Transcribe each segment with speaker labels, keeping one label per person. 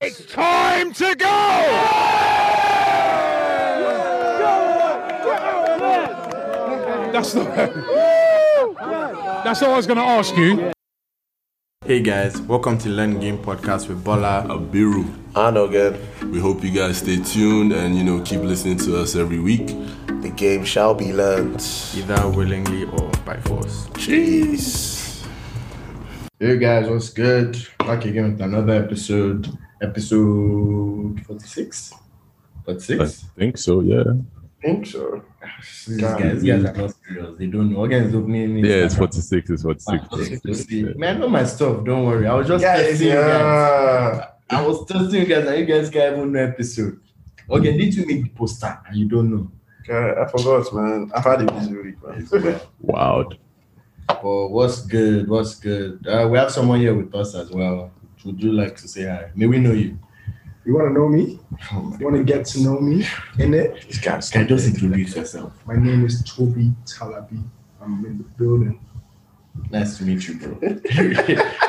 Speaker 1: It's time to go! That's not. That's all I was going to ask you.
Speaker 2: Hey guys, welcome to Learn Game Podcast with Bola.
Speaker 3: Abiru.
Speaker 4: I know good.
Speaker 3: We hope you guys stay tuned and you know keep listening to us every week.
Speaker 4: The game shall be learned.
Speaker 2: Either willingly or by force.
Speaker 3: Jeez.
Speaker 5: Hey guys, what's good? Back again with another episode. Episode 46? 46?
Speaker 6: think so, yeah.
Speaker 4: I think so.
Speaker 5: These guys, these guys are not serious. They don't know. Again, it's opening. in
Speaker 6: Yeah, it's
Speaker 5: Instagram.
Speaker 6: 46. It's 46.
Speaker 5: Ah, just to
Speaker 6: 46,
Speaker 5: see.
Speaker 6: yeah.
Speaker 5: Man, I know my stuff. Don't worry. I was just
Speaker 4: Yeah,
Speaker 5: testing you guys.
Speaker 4: yeah.
Speaker 5: I was testing you guys, and you guys can't even know episode. Okay, did you make the poster? And you don't know.
Speaker 4: God, I forgot, man. I've had a busy week, man.
Speaker 6: Wild.
Speaker 5: But what's good? What's good? Uh, we have someone here with us as well. Would you like to say hi? May we know you? Oh
Speaker 7: You want to know me? You want to get to know me? In it,
Speaker 4: These guys
Speaker 5: Can you just introduce yourself?
Speaker 7: my name is Toby Talabi. I'm in the building.
Speaker 5: Nice to meet you, bro.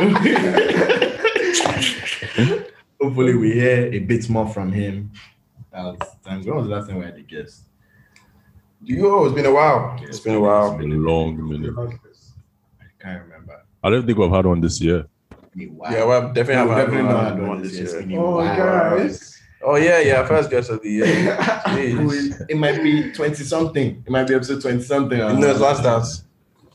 Speaker 5: Hopefully, we hear a bit more from him. As time. When was the last time we had a guest?
Speaker 4: Yo, Oh, it's been a while. It's been a
Speaker 6: A
Speaker 4: while.
Speaker 6: long minute.
Speaker 5: I can't remember.
Speaker 6: I don't think we've had one this year.
Speaker 5: Been a while.
Speaker 4: Yeah, well, definitely have
Speaker 5: We've
Speaker 4: had
Speaker 5: definitely not had
Speaker 4: one this
Speaker 5: year. It's
Speaker 4: year.
Speaker 5: been a
Speaker 7: Oh,
Speaker 5: while.
Speaker 7: guys.
Speaker 4: Oh yeah, yeah, first guest of the year. Jeez.
Speaker 5: It it might be twenty something. It might be episode twenty something.
Speaker 4: No, it's last dance.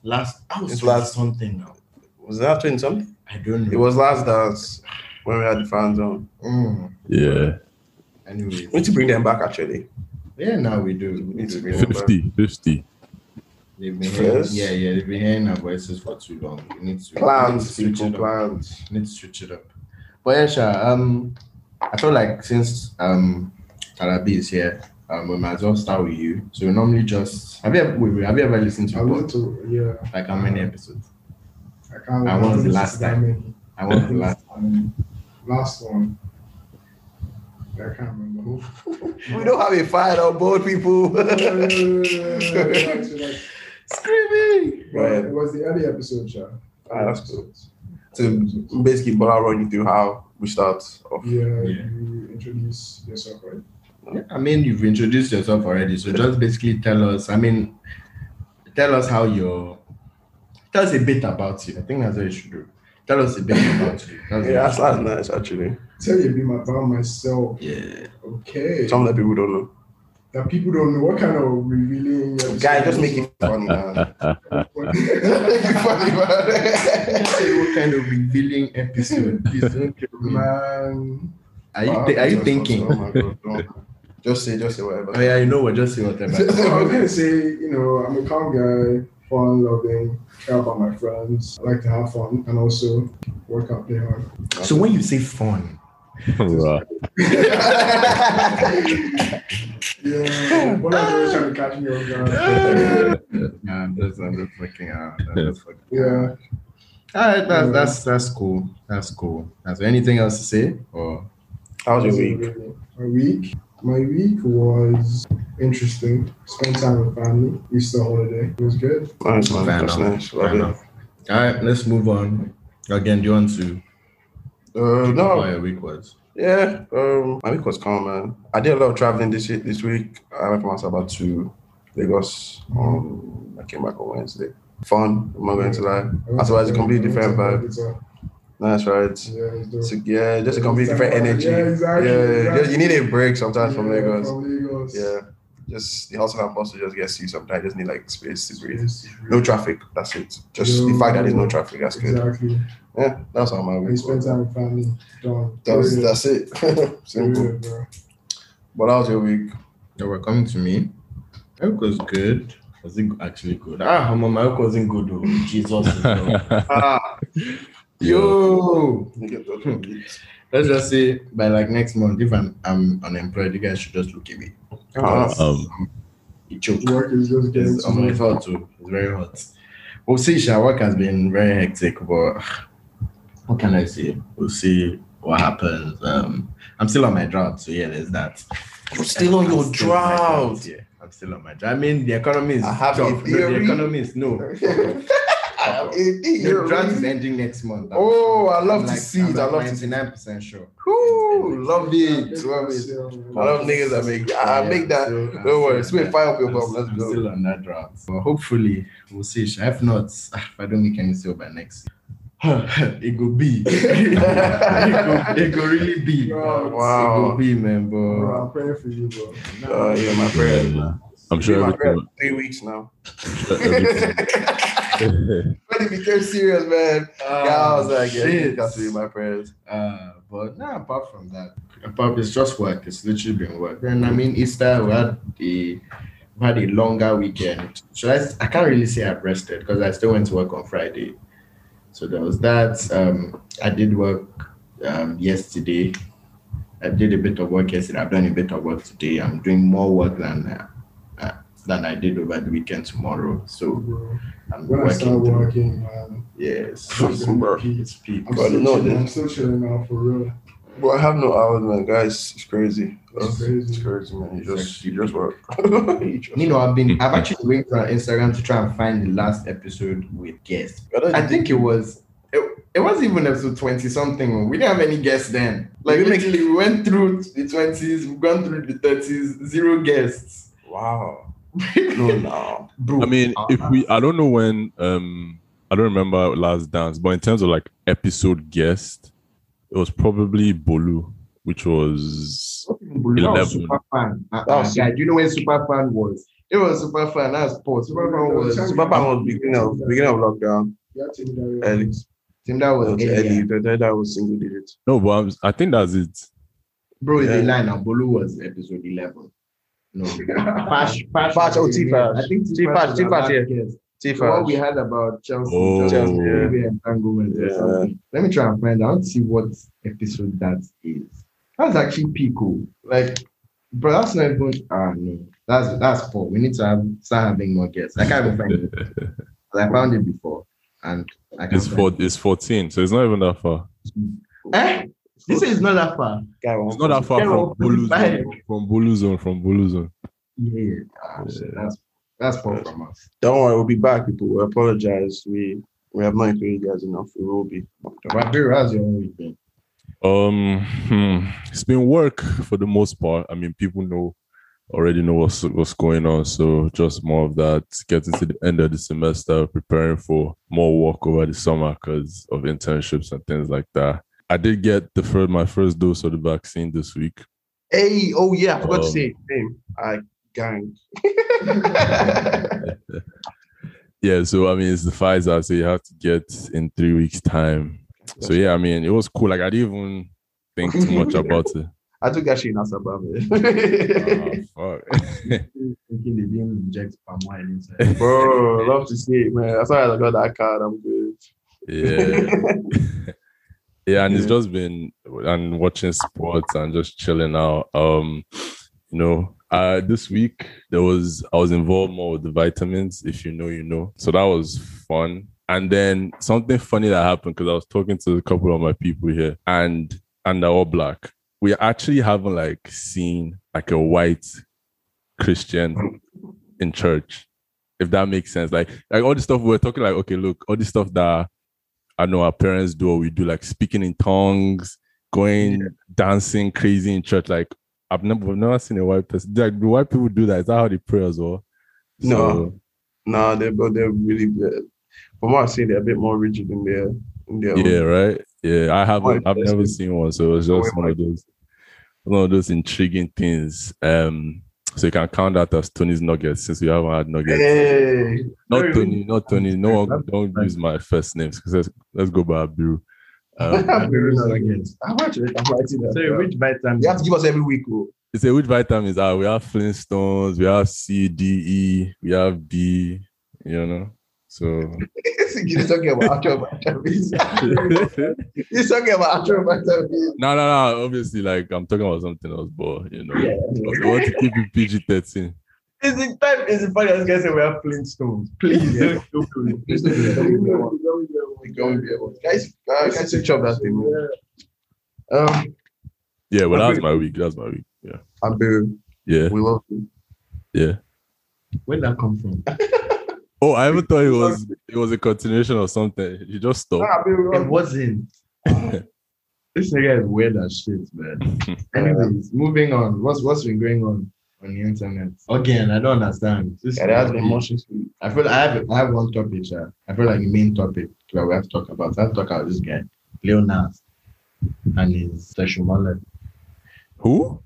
Speaker 5: Last. I was
Speaker 4: It's
Speaker 5: last
Speaker 4: last-
Speaker 5: something now.
Speaker 4: Was that twenty something?
Speaker 5: I don't know.
Speaker 4: It was last dance when we had the fans on.
Speaker 5: Mm.
Speaker 6: Yeah.
Speaker 5: Anyways.
Speaker 4: We need to bring them back actually.
Speaker 5: Yeah, now we do.
Speaker 4: We need to bring them back.
Speaker 6: 50. 50.
Speaker 5: They've been hearing,
Speaker 4: Yes.
Speaker 5: yeah, yeah, they've been hearing our voices for too long. We need to
Speaker 4: Plans,
Speaker 5: we need to
Speaker 4: people,
Speaker 5: switch it up.
Speaker 4: plans.
Speaker 5: We need to switch it up. But yeah, sure. Um, I feel like since um Tarabi is here, um, we might as well start with you. So we normally just have you ever, wait, wait, have you ever listened to
Speaker 7: I
Speaker 5: your
Speaker 7: want
Speaker 5: pod?
Speaker 7: to, yeah. Uh,
Speaker 5: like how many episodes?
Speaker 7: I can't.
Speaker 5: And when was the last
Speaker 7: that
Speaker 5: time?
Speaker 7: many.
Speaker 5: I want to last.
Speaker 7: Um, last one. I can't remember.
Speaker 4: We don't have a fire on board people.
Speaker 7: Screaming.
Speaker 4: Right.
Speaker 7: It was the early episode, yeah.
Speaker 4: Ah, that's cool. So basically Bola run you through how we start off.
Speaker 7: Yeah,
Speaker 5: Yeah.
Speaker 7: you introduce yourself, right?
Speaker 5: Yeah, I mean, you've introduced yourself already, so just basically tell us. I mean, tell us how your tell us a bit about you. I think that's what you should do. Tell us a bit about you. That's
Speaker 4: Yeah, that's,
Speaker 5: what
Speaker 4: that's nice actually.
Speaker 7: Tell you a bit about myself.
Speaker 5: you should do. yeah.
Speaker 7: Okay.
Speaker 4: Some that people don't know.
Speaker 7: that people don't know what kind of revealing episode
Speaker 4: Guy, just
Speaker 7: is
Speaker 4: make it funny, man.
Speaker 7: on.
Speaker 4: funny, man.
Speaker 5: Say what kind of revealing episode? Please don't kill me.
Speaker 7: man
Speaker 5: Are you, thi- are you
Speaker 4: Just-
Speaker 5: thinking?
Speaker 4: Oh my God, no. Just say, just say whatever.
Speaker 5: Oh yeah, you know what? Just say
Speaker 7: so i was
Speaker 5: whatever.
Speaker 7: gonna say you know i'm a calm guy fun loving care about my friends i like to have fun and also work out play hard
Speaker 5: so when you say fun,
Speaker 6: Right.
Speaker 7: yeah one of those trying to catch me off guard
Speaker 5: nah, I'm just, I'm just fucking out. I'm just fucking uh,
Speaker 7: yeah
Speaker 5: All right, that's that's that's cool. That's cool. That's anything else to say? Or
Speaker 4: How's your week?
Speaker 7: my week my week was interesting spent time with family easter holiday it was good
Speaker 4: Nice, man.
Speaker 5: Fair
Speaker 4: That's
Speaker 5: enough.
Speaker 4: nice.
Speaker 5: Fair
Speaker 4: Love it.
Speaker 5: enough. All right, let's move on. Again, do you want to
Speaker 4: Uh,
Speaker 5: know how
Speaker 4: no,
Speaker 5: your week was?
Speaker 4: yeah. Um, my week was calm, man. I did a lot of traveling this ye- this week. I went from Asaba to Lagos. Um, I came back on Wednesday. Fun. I'm not going to lie. Asaba is a completely different vibe. Nice, right?
Speaker 7: yeah, it's dope.
Speaker 4: So, yeah, just a completely different energy.
Speaker 7: Yeah, exactly,
Speaker 4: Yeah, just- you need a break sometimes from
Speaker 7: Yeah,
Speaker 4: Lagos.
Speaker 7: from Lagos.
Speaker 4: Yeah. Just the hustle and bustle just gets you sometimes. Just need like space to breathe.
Speaker 7: Yes,
Speaker 4: No traffic. That's it. Just the fact that there's no traffic. That's good.
Speaker 7: Exactly.
Speaker 4: Yeah, that's how my
Speaker 7: We
Speaker 4: week.
Speaker 7: spend
Speaker 4: was.
Speaker 7: time with family. Done.
Speaker 4: That's
Speaker 7: Period.
Speaker 4: that's it. Simple.
Speaker 7: Period, bro.
Speaker 4: But how's your week?
Speaker 5: They were coming to me. My week was good. Was it actually good? Ah, my my week wasn't good though. Jesus. Lord. Ah, Yo,
Speaker 4: You get those from me.
Speaker 5: let's just say by like next month, if I'm, I'm unemployed, you guys should just look away.
Speaker 4: Ah,
Speaker 6: um,
Speaker 5: It choke.
Speaker 7: Work is just getting
Speaker 5: It's, um,
Speaker 7: to
Speaker 5: it's hot too. It's very hot. We'll see. Sha work has been very hectic, but what can I say? We'll see what happens. Um, I'm still on my drought, so yeah, there's that.
Speaker 4: You're still on
Speaker 5: I'm
Speaker 4: your
Speaker 5: still on my
Speaker 4: drought.
Speaker 5: Yeah, I'm still on my drought. I mean, the economy is.
Speaker 4: I have
Speaker 5: tough.
Speaker 4: a
Speaker 5: No, the
Speaker 4: theory.
Speaker 5: economy is no.
Speaker 4: Ah, AD,
Speaker 5: The
Speaker 4: you're
Speaker 5: draft is
Speaker 4: really-
Speaker 5: ending next month.
Speaker 4: Oh, I love to see
Speaker 5: I'm
Speaker 4: it. I love to see.
Speaker 5: ninety-nine percent sure.
Speaker 4: Woo, loved it. Loved it. I
Speaker 7: it.
Speaker 4: love niggas that make. I
Speaker 5: Yeah,
Speaker 4: make that.
Speaker 5: so I'm
Speaker 4: Don't worry.
Speaker 5: still-
Speaker 4: Spit fire up your
Speaker 5: I'm
Speaker 4: bum.
Speaker 5: still-
Speaker 4: Let's
Speaker 5: I'm
Speaker 4: go.
Speaker 5: Still on that draft. But hopefully, we'll see. Sha. If not, ah, if I don't make any sale by next, year, it could be. it, could, it could really be.
Speaker 7: Wow.
Speaker 5: It could be, man. But
Speaker 7: Bro, I'm praying for you, bro.
Speaker 4: Oh yeah, my friend.
Speaker 6: I'm sure
Speaker 4: my friend.
Speaker 6: everything.
Speaker 4: Three weeks now.
Speaker 6: everything-
Speaker 4: When it became serious, man.
Speaker 5: Ah,
Speaker 4: yeah, I was like, yeah,
Speaker 5: shit.
Speaker 4: you got to be my friends.
Speaker 5: Uh, but nah, apart from that, apart it's just work. It's literally been work. And I mean, Easter we had a we had a longer weekend. So I, s- I can't really say I've rested because I still went to work on Friday. So there was that. Um, I did work um, yesterday. I did a bit of work yesterday. I've done a bit of work today. I'm doing more work than uh, uh, than I did over the weekend tomorrow. So
Speaker 7: Bro,
Speaker 5: I'm
Speaker 7: When I start
Speaker 5: working. through-
Speaker 7: working, man,
Speaker 5: Yes,
Speaker 4: Bro.
Speaker 5: it's peak.
Speaker 7: I'm
Speaker 4: Bro,
Speaker 7: still
Speaker 4: no,
Speaker 7: chilling.
Speaker 4: no.
Speaker 7: I'm still chilling now for real.
Speaker 4: But I have no hours, man. Guys, it's crazy.
Speaker 7: It's
Speaker 4: It's
Speaker 7: crazy.
Speaker 4: crazy, man. You
Speaker 5: It's
Speaker 4: just,
Speaker 5: actually
Speaker 4: you just work. You just-
Speaker 5: You know, I've
Speaker 6: Hmm.
Speaker 5: been I've actually been going on Instagram to try and find the last episode with guests.
Speaker 4: I don't
Speaker 5: I think it was it, it was even episode 20 something. We didn't have any guests then. Like literally we went through the 20s, we've gone through the 30s, zero guests.
Speaker 4: Wow. No, no.
Speaker 5: Bro.
Speaker 6: I mean,
Speaker 5: our
Speaker 6: if we, I don't know when, um, I don't remember last dance, but in terms of like episode guest, it was probably Bolu, which was
Speaker 5: That was
Speaker 6: 11.
Speaker 5: Superfan. Uh,
Speaker 4: That was-
Speaker 5: yeah, do you know when Superfan was? It was Superfan. That's Paul. Superfan was
Speaker 4: Papa was beginning of beginning of lockdown.
Speaker 7: You have to be there.
Speaker 4: Early,
Speaker 5: Tim. That was
Speaker 4: early.
Speaker 5: earlier.
Speaker 4: That that was single digits.
Speaker 6: no, but I'm, I think that's it.
Speaker 5: Bro,
Speaker 4: Yeah.
Speaker 5: the line and Bolu was episode 11. No, Fash, Fash,
Speaker 4: Fash, oh, T-Fash.
Speaker 5: I think T-Fash, was
Speaker 4: T-Fash,
Speaker 5: our
Speaker 4: T-Fash,
Speaker 5: last
Speaker 4: yeah.
Speaker 5: guest.
Speaker 4: Tifa.
Speaker 5: what we had about Chelsea,
Speaker 6: Oh.
Speaker 5: Chelsea
Speaker 4: Yeah.
Speaker 5: maybe entanglement or
Speaker 4: Yeah.
Speaker 5: something. Let me try and find out see what episode that is. That's actually Pico. Like, bro, that's not even. Ah no, that's that's poor. We need to have start having more guests. I can't even find it. I found it before, and I can't.
Speaker 6: It's
Speaker 5: find
Speaker 6: for
Speaker 5: it.
Speaker 6: it's 14, so it's not even that far.
Speaker 5: Eh? This is not that far.
Speaker 4: Guy,
Speaker 6: It's not that far
Speaker 5: Yeah,
Speaker 6: from
Speaker 5: well,
Speaker 6: Bolu
Speaker 5: back.
Speaker 6: zone, from Bolu zone, from Bolu zone.
Speaker 5: Yeah, ah, shit, that's that's poor from us.
Speaker 4: Don't worry, we'll be back, people. We apologize. We we have not included you guys enough. We will be.
Speaker 5: Wabiru, how's your own weekend?
Speaker 6: Um, hmm, it's been work for the most part. I mean, people know already know what's what's going on, so just more of that. Getting to the end of the semester, preparing for more work over the summer because of internships and things like that. I did get the first my first dose of the vaccine this week.
Speaker 4: Hey, oh yeah, I forgot to
Speaker 6: Um,
Speaker 4: say name. I gang.
Speaker 6: Yeah, so I mean, it's the Pfizer, so you have to get in three weeks' time. So yeah, I mean, it was cool. Like I didn't even think too much about it.
Speaker 4: I took that shit in Asaba, man.
Speaker 6: Oh,
Speaker 5: Thinking they didn't inject palm wine inside.
Speaker 6: fuck.
Speaker 4: Bro, love to see it, man. As long as I got that card, I'm good.
Speaker 6: Yeah. yeah, and it's just been and watching sports and just chilling out. Um, you know, uh this week there was I was involved more with the vitamins. If you know, you know. So that was fun. And then something funny that happened because I was talking to a couple of my people here and and they're all black. We actually haven't like seen like a white Christian in church. If that makes sense. Like like all the stuff we we're talking like, okay, look, all the stuff that I know our parents do or we do, like speaking in tongues, going dancing crazy in church. Like I've never, we've never seen a white person. Like, do white people do that? Is that how they pray as well?
Speaker 4: No.
Speaker 6: So,
Speaker 4: No, they but they're really good. From what I've seen, they're a bit more rigid in their in their
Speaker 6: yeah, right. Yeah, I haven't.
Speaker 4: White
Speaker 6: I've never
Speaker 4: person.
Speaker 6: seen one. So it's
Speaker 4: Go
Speaker 6: just
Speaker 4: away,
Speaker 6: one of those, one of those intriguing things. Um, so you can count that as Tony's nuggets since we haven't had nuggets.
Speaker 4: Hey,
Speaker 6: not
Speaker 4: very
Speaker 6: Tony, not Tony. No, one,
Speaker 5: That's-
Speaker 6: don't use my first names. 'cause Let's, let's go by Abiru. Um,
Speaker 4: Ah,
Speaker 5: Wabiru is again.
Speaker 4: I'm actually I'm writing that.
Speaker 5: So
Speaker 4: down.
Speaker 5: which vitamin?
Speaker 4: you have to give us every week, oh. bro.
Speaker 6: You say which vitamins are we have Flintstones, we have C, D, E, we have B, you know. So
Speaker 4: You're talking about actual vitamins. You're talking about actual vitamins.
Speaker 6: no, no, no. Obviously, like I'm talking about something else, but you know, I want to keep it PG thirteen.
Speaker 5: Is it time? Is it funny? I was gonna say we have Flintstones. Please,
Speaker 4: Yeah.
Speaker 5: don't do
Speaker 4: Please don't do that. We don't want- we don't want- Guys, guys, guys, switch up that thing. man. Um,
Speaker 6: Yeah, well, that was my week. That was my week. Yeah,
Speaker 4: Abiru,
Speaker 6: yeah,
Speaker 4: we love you.
Speaker 6: yeah.
Speaker 5: Where did that come from?
Speaker 6: Oh, I even thought it was it was a continuation or something. You just stopped.
Speaker 4: Nah, baby,
Speaker 5: It wasn't. this nigga is weird as shit, man. Anyways, moving on. What's what's been going on on the internet? Again, I don't understand. This
Speaker 4: Yeah, there has been much this week.
Speaker 5: I feel I have I have one topic, sir. I feel like the main topic that we have to talk about. I have to talk about this guy, Lil Nas, and his sexual wallet.
Speaker 6: Who?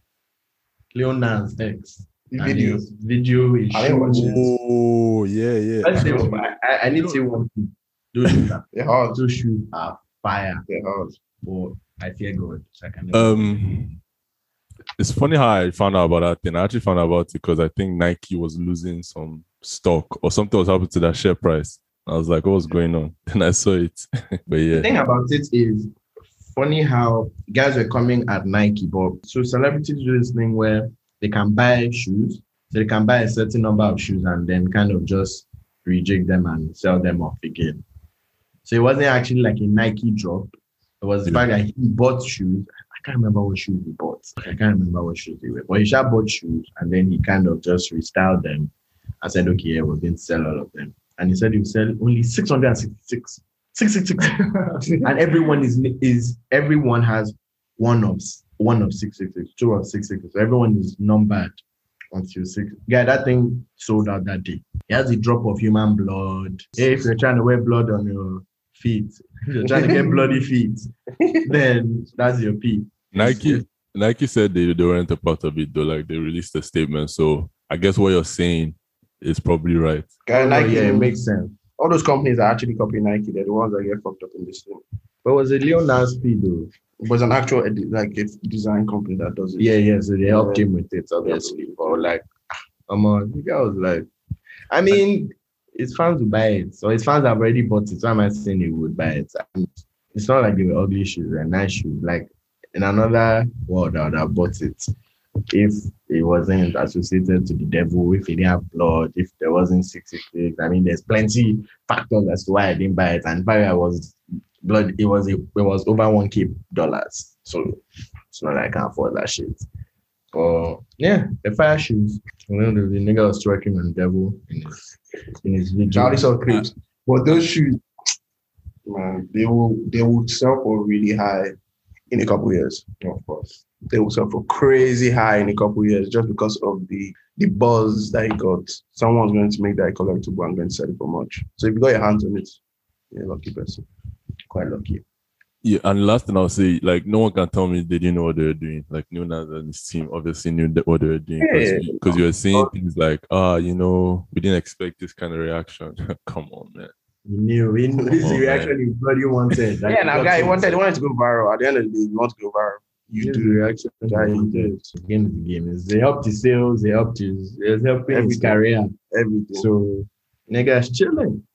Speaker 5: Lil Nas X.
Speaker 4: The
Speaker 5: and
Speaker 4: video.
Speaker 5: his Video is
Speaker 4: I didn't watch it.
Speaker 6: Oh, yeah,
Speaker 5: Let's
Speaker 6: yeah.
Speaker 5: say- I, I, I need to say one thing. Those shoes are-
Speaker 4: They're hard.
Speaker 5: those shoes are fire.
Speaker 4: They're hard.
Speaker 5: But I fear God. So I can never-
Speaker 6: Um, it's funny how I found out about that thing. I actually found out about it because I think Nike was losing some stock or something was happening to that share price. I was like, what's going on? Then I saw it. but yeah,
Speaker 5: The thing about it is funny how guys were coming at Nike, but so celebrities do this thing where they can buy shoes, so they can buy a certain number of shoes and then kind of just rejig them and sell them off again. So it wasn't actually like a Nike drop. It was the fact that he bought shoes. I can't remember what shoes he bought. I can't remember what shoes they were. But he sure bought shoes and then he kind of just restyled them. I said, okay, yeah, we're going to sell all of them. And he said he would sell only 666 six six six, and everyone is is everyone has one of s- one of six six six, two of six six six. Everyone is numbered until six. Yeah, that thing sold out that day. It has a drop of human blood. Hey, if you're trying to wear blood on your feet, if you're trying to get bloody feet, then that's your pee.
Speaker 6: Nike Nike said they, they weren't a part of it though. Like they released a statement. So I guess what you're saying is probably right.
Speaker 4: Guy, Nike,
Speaker 5: Oh, yeah, it makes sense.
Speaker 4: all those companies are actually copying Nike. They're the ones that get fucked up in this thing.
Speaker 5: But was it Leonard's pee though?
Speaker 4: It was an actual edi- like a design company that does it.
Speaker 5: Yeah, yeah. So they helped him with it, obviously. But like, "Ah, come on, the guy was like, I mean, his fans will buy it. So his fans have already bought it. So am I saying they would buy it? And it's not like they were ugly shoes, they're nice shoes. Like in another world, I would have bought it. If it wasn't associated to the devil, if it didn't have blood, if there wasn't 66, I mean, there's plenty factors as to why I didn't buy it. And by the way, I was blood, it was it was over 1k dollars. So it's not like I can afford that shit. But yeah, the fire shoes. You know, the, the nigga was twerking on the devil in his in his video.
Speaker 4: Now these are creeps. But those shoes, man, they will they will sell for really high in a couple years. Of course, they will sell for crazy high in a couple years just because of the the buzz that it got. Someone's going to make that collectible and going to sell it for much. So if you got your hands on it, you're a lucky person.
Speaker 5: quite lucky.
Speaker 6: Yeah, and last thing I'll say, like no one can tell me they didn't know what they were doing. Like Nunes and his team obviously knew that what they were doing
Speaker 4: Yeah. Oh.
Speaker 6: because you were saying things like, ah, you know, we didn't expect this kind of reaction. Come on, man.
Speaker 5: He knew he knew this is
Speaker 6: on,
Speaker 5: the reaction he bloody wanted. Like,
Speaker 4: yeah, now
Speaker 5: he
Speaker 4: guy, he
Speaker 5: got
Speaker 4: wanted he wanted to go viral. At the end of the day, you want to go viral.
Speaker 5: this
Speaker 4: You
Speaker 5: is the
Speaker 4: do.
Speaker 5: reaction he
Speaker 4: Yeah, he
Speaker 5: wanted.
Speaker 4: did.
Speaker 5: Game is the game. It's- They helped his sales, they helped his it's helping his
Speaker 4: Everything.
Speaker 5: career.
Speaker 4: Everything.
Speaker 5: So nigga's chilling.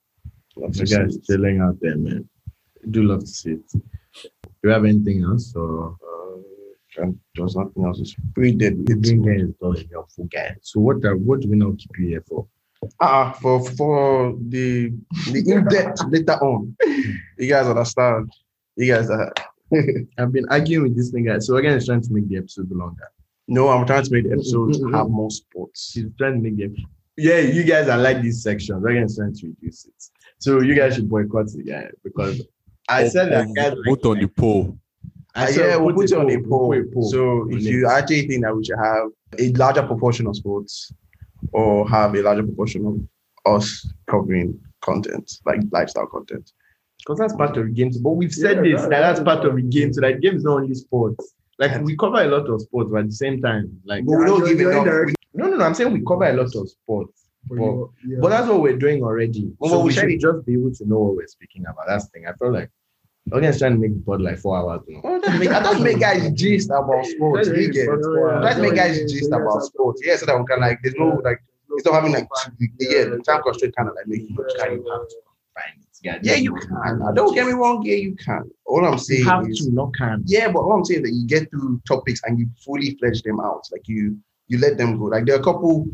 Speaker 5: Nigga's chilling out there, man. Do love to see it. Do you have anything else or
Speaker 4: Uh, and there was nothing else. It's pretty dead. It's-
Speaker 5: Bring guys does helpful guy. So what are what do we now keep you here for?
Speaker 4: Ah, for for the the in depth later on. You guys understand? You guys are.
Speaker 5: I've been arguing with this nigga. So again, he's trying to make the episode longer.
Speaker 4: No, I'm trying to make the episodes
Speaker 5: Mm-mm-mm.
Speaker 4: have more sports.
Speaker 5: She's Mm-hmm. trying to make them. Yeah, you guys are like these sections. Again, he's trying to reduce it. So you guys should boycott the guy because I
Speaker 6: Oh,
Speaker 5: said that
Speaker 6: oh,
Speaker 5: guys
Speaker 6: vote on the poll.
Speaker 4: Ah,
Speaker 5: I said
Speaker 4: yeah, we'll put it on a
Speaker 5: we'll
Speaker 4: poll.
Speaker 5: put a poll.
Speaker 4: So
Speaker 5: on
Speaker 4: if
Speaker 5: it.
Speaker 4: you actually think that we should have a larger proportion of sports or have a larger proportion of us covering content, like lifestyle content.
Speaker 5: because that's part of the game. But we've said this that that's part of the game. So that game is not only sports. Like we cover a lot of sports, but at the same time, like
Speaker 4: But we don't
Speaker 7: you're-
Speaker 4: give
Speaker 7: you're
Speaker 4: enough.
Speaker 7: indirect,
Speaker 5: no, no, no. I'm saying we cover a lot of sports.
Speaker 7: but
Speaker 5: Well,
Speaker 7: you're- yeah.
Speaker 5: But that's what we're doing already.
Speaker 4: Well,
Speaker 5: so
Speaker 4: well,
Speaker 5: we
Speaker 4: we
Speaker 5: should
Speaker 4: should-
Speaker 5: just be able to know what we're speaking about. That's the thing. I feel like Logan is trying to make the pod like four hours now.
Speaker 4: Well, that's make, that's make guys gist about sports.
Speaker 5: That's
Speaker 4: you get?
Speaker 5: really sports.
Speaker 4: That's make guys
Speaker 7: Yeah,
Speaker 4: gist
Speaker 7: yeah,
Speaker 4: about
Speaker 7: yeah.
Speaker 4: sports. Yeah, so that we can like, there's no like, it's not having like, yeah, the time constraint kind of like making much
Speaker 7: Yeah,
Speaker 4: kind of.
Speaker 7: yeah.
Speaker 5: Fine, it's good.
Speaker 4: Yeah, you can. Don't get me wrong. Yeah, you can. All I'm
Speaker 5: You
Speaker 4: saying
Speaker 5: have
Speaker 4: is,
Speaker 5: to not can.
Speaker 4: yeah, but all I'm saying is that you get through topics and you fully flesh them out. Like you, you let them go. Like there are a couple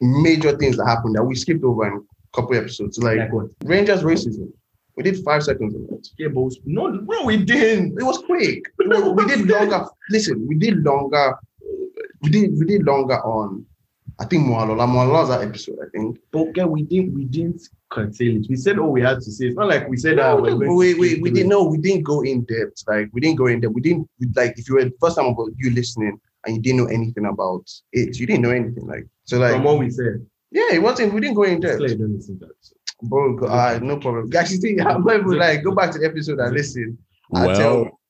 Speaker 4: major things that happened that we skipped over in a couple episodes. Like,
Speaker 5: Like what?
Speaker 4: Rangers racism. We did five seconds on it.
Speaker 5: Yeah, but we- no, no, we didn't.
Speaker 4: It was quick. It was- we did longer. Listen, we did longer. We did we did longer on I think Moalola, Moalola's that episode, I think.
Speaker 5: But yeah, we didn't we didn't curtail it. We said all we had to say. It's not like we said that.
Speaker 4: we, we, we, we didn't know we didn't go in depth. Like we didn't go in depth. We didn't we, like if you were the first time about you listening and you didn't know anything about it, you didn't know anything. Like so like
Speaker 5: From what we said,
Speaker 4: yeah, it wasn't we didn't go in depth.
Speaker 5: Slay, don't listen to that.
Speaker 4: Bro, go, uh, no problem. Actually, see, I'm not even like go back to the episode and listen. I
Speaker 6: Well,
Speaker 4: tell-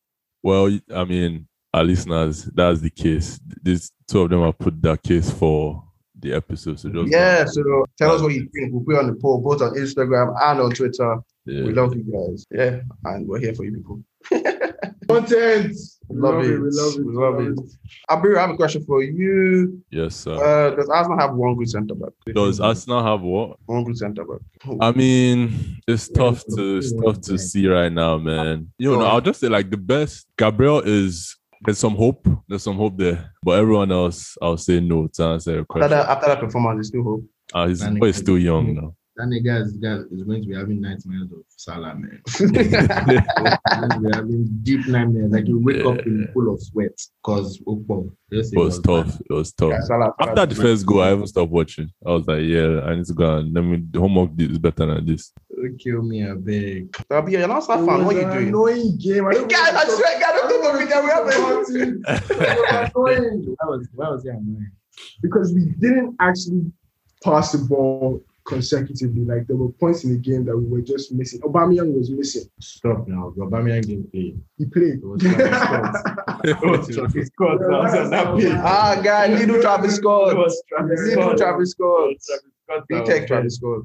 Speaker 6: well, I mean, our listeners, that's the case. These two of them have put that case for the episode. So just
Speaker 4: Yeah, so tell us what you think. We'll put it on the poll both on Instagram and on Twitter.
Speaker 6: yeah.
Speaker 4: We love you guys. Yeah, and we're here for you people.
Speaker 7: Content.
Speaker 4: Love it. We love it. Abiru, I have a question for you.
Speaker 6: yes, sir.
Speaker 4: Uh, does Arsenal have one good centre back?
Speaker 6: Does Arsenal have what?
Speaker 4: one good centre back?
Speaker 6: I mean, it's tough
Speaker 5: it's
Speaker 6: to
Speaker 5: a
Speaker 6: it's
Speaker 5: few
Speaker 6: tough
Speaker 5: ones,
Speaker 6: to
Speaker 5: man.
Speaker 6: see right now, man. You know,
Speaker 4: Sure.
Speaker 6: I'll just say like the best Gabriel is there's some hope. There's some hope there. But everyone else, I'll say no to answer your
Speaker 4: After
Speaker 6: question.
Speaker 4: that, after that performance, it's still hope.
Speaker 6: Uh, he's,
Speaker 5: Manny-
Speaker 6: boy is still young now.
Speaker 5: That nigga is, guy is going to be having nightmares of Salah, man. We're having deep nightmares. Like you wake up in full of sweat because Okpo. Yes,
Speaker 6: It was tough. It was tough.
Speaker 4: Yeah, Salah- Salah-
Speaker 6: After the first goal, I haven't stopped watching. I was like, yeah, I need to go and let me the homework is better than this.
Speaker 5: Kill me, I beg.
Speaker 4: Abiru, you're not Arsenal fan. What are you doing?
Speaker 7: Annoying game. I don't
Speaker 4: Guys, I swear, God, don't talk about it. We have a-
Speaker 7: That was
Speaker 5: Why was he annoying?
Speaker 7: because we didn't actually pass the ball consecutively. Like there were points in the game that we were just missing. Aubameyang was missing.
Speaker 5: Stop now. Aubameyang didn't play.
Speaker 7: He played.
Speaker 5: It was Travis Scott. It was Travis Scott. that was on that pitch.
Speaker 4: Ah, guy, little Travis
Speaker 5: It
Speaker 4: Scott.
Speaker 5: was Travis
Speaker 4: Little
Speaker 5: Scott.
Speaker 4: Travis Scott. Big
Speaker 5: That was
Speaker 4: tech Travis Scott.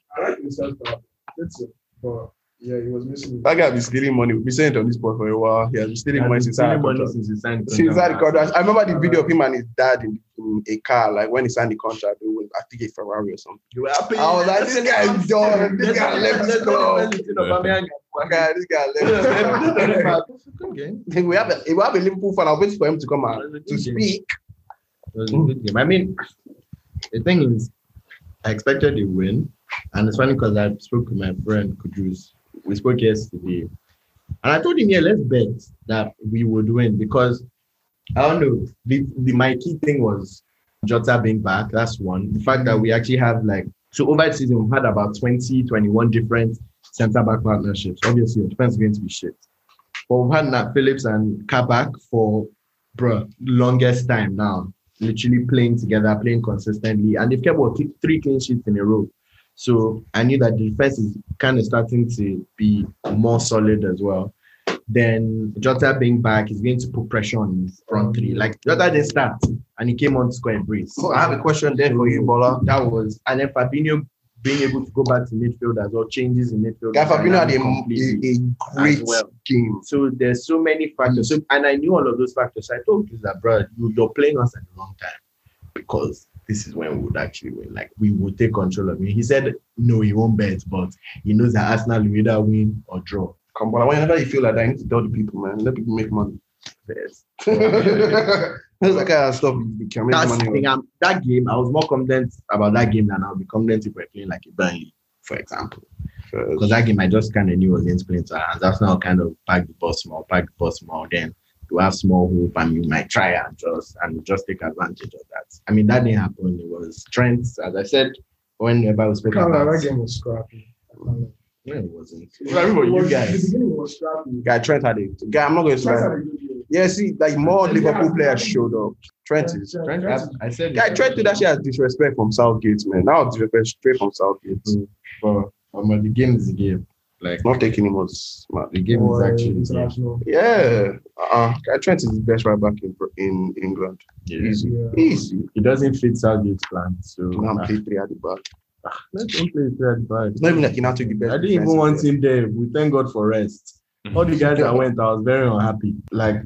Speaker 7: I like himself, but that's it. But yeah, he was missing.
Speaker 4: That guy been stealing money. We've been saying it on this pod for a while. He has been stealing money since I
Speaker 5: Stealing
Speaker 4: had
Speaker 5: money
Speaker 4: contract.
Speaker 5: since he signed the
Speaker 4: Since I had the contract. I remember the
Speaker 7: Uh,
Speaker 4: video of him and his dad in, in a car, like when he signed the contract, they were, I think a Ferrari or something. I was like, this guy is done. This guy left the club. That guy- "Ah, This guy left the club.
Speaker 5: Okay.
Speaker 4: If we have a, if we have a Liverpool fan, I'll wait for him to come out to speak.
Speaker 5: It was a good game. I mean, the thing is, I expected a win, and it's funny because I spoke to my friend Kudus. We spoke yesterday, and I told him, "Yeah, let's bet that we would win because I don't know." The, the my key thing was Jota being back. That's one. The fact that we actually have like so over the season we've had about 20, 21 different centre back partnerships. Obviously, your defense is going to be shit, but we've had Nat Phillips and Kabak for bruh, longest time now, literally playing together, playing consistently, and they've kept what th- three clean sheets in a row. So I knew that the defense is kind of starting to be more solid as well. Then Jota being back is going to put pressure on his front three. Like Jota didn't start, and he came on to score a brace.
Speaker 4: Oh, I have a question there for you, Bola.
Speaker 5: That was and then Fabinho being able to go back to midfield as well, changes in midfield.
Speaker 4: Guy Fabinho had a,
Speaker 5: completely.
Speaker 4: a, a great
Speaker 5: As well.
Speaker 4: game.
Speaker 5: So there's so many factors. So, and I knew all of those factors. So I told you that, bro, you- you're playing us at the wrong time because this is when we would actually win. Like we would take control of it. He said, no, he won't bet, but he knows that Arsenal will either win or draw.
Speaker 4: Come on, whenever you feel like that, you need to tell the people, man. Let people make money.
Speaker 5: Yes.
Speaker 4: That's the kind of stuff you can make
Speaker 5: That's the
Speaker 4: money
Speaker 5: thing.
Speaker 4: on.
Speaker 5: I'm, that game, I was more confident about that game than I'll be confident if we're playing like a Burnley, for example. Because that game, I just kind of knew was against playing to our hands. That's now kind of pack the ball small, pack the ball small. Then you have small hoop, and you might try and just and just take advantage of that. I mean, that didn't happen. It was Trent, as I said, whenever we spoke
Speaker 7: Can't lie,
Speaker 5: about
Speaker 7: that game was scrappy. I can't lie.
Speaker 5: no, it wasn't.
Speaker 7: It
Speaker 4: Sorry for you
Speaker 7: was-
Speaker 4: guys.
Speaker 7: The beginning was scrappy.
Speaker 4: Guy Trent had it. Guy, I'm not going to
Speaker 7: Trent had
Speaker 4: lie.
Speaker 7: a good game.
Speaker 4: Yeah, see, like more
Speaker 7: Yeah.
Speaker 4: Liverpool players showed up. Trent is.
Speaker 5: Trent,
Speaker 7: Trent
Speaker 5: I, I said,
Speaker 4: Guy Trent did that shit as disrespect from Southgate, man. Now disrespect straight from Southgate.
Speaker 5: Mm. But um, the game is the game. Like
Speaker 4: Not taking him was smart.
Speaker 5: the game
Speaker 7: Or
Speaker 5: is actually the game.
Speaker 7: international.
Speaker 4: Yeah. Uh-uh. Guy Trent is the best right back in in England.
Speaker 5: Yeah.
Speaker 4: Easy.
Speaker 7: Yeah.
Speaker 4: Easy.
Speaker 5: It doesn't fit Southgate's plan, so
Speaker 4: Now
Speaker 5: nah.
Speaker 4: play three at the back.
Speaker 5: Let's don't play third bad.
Speaker 4: It's not even like he now took the best.
Speaker 5: I didn't even
Speaker 4: defensive
Speaker 5: want
Speaker 4: player.
Speaker 5: him there. We thank God for rest. All the guys that went, I was very unhappy. Like,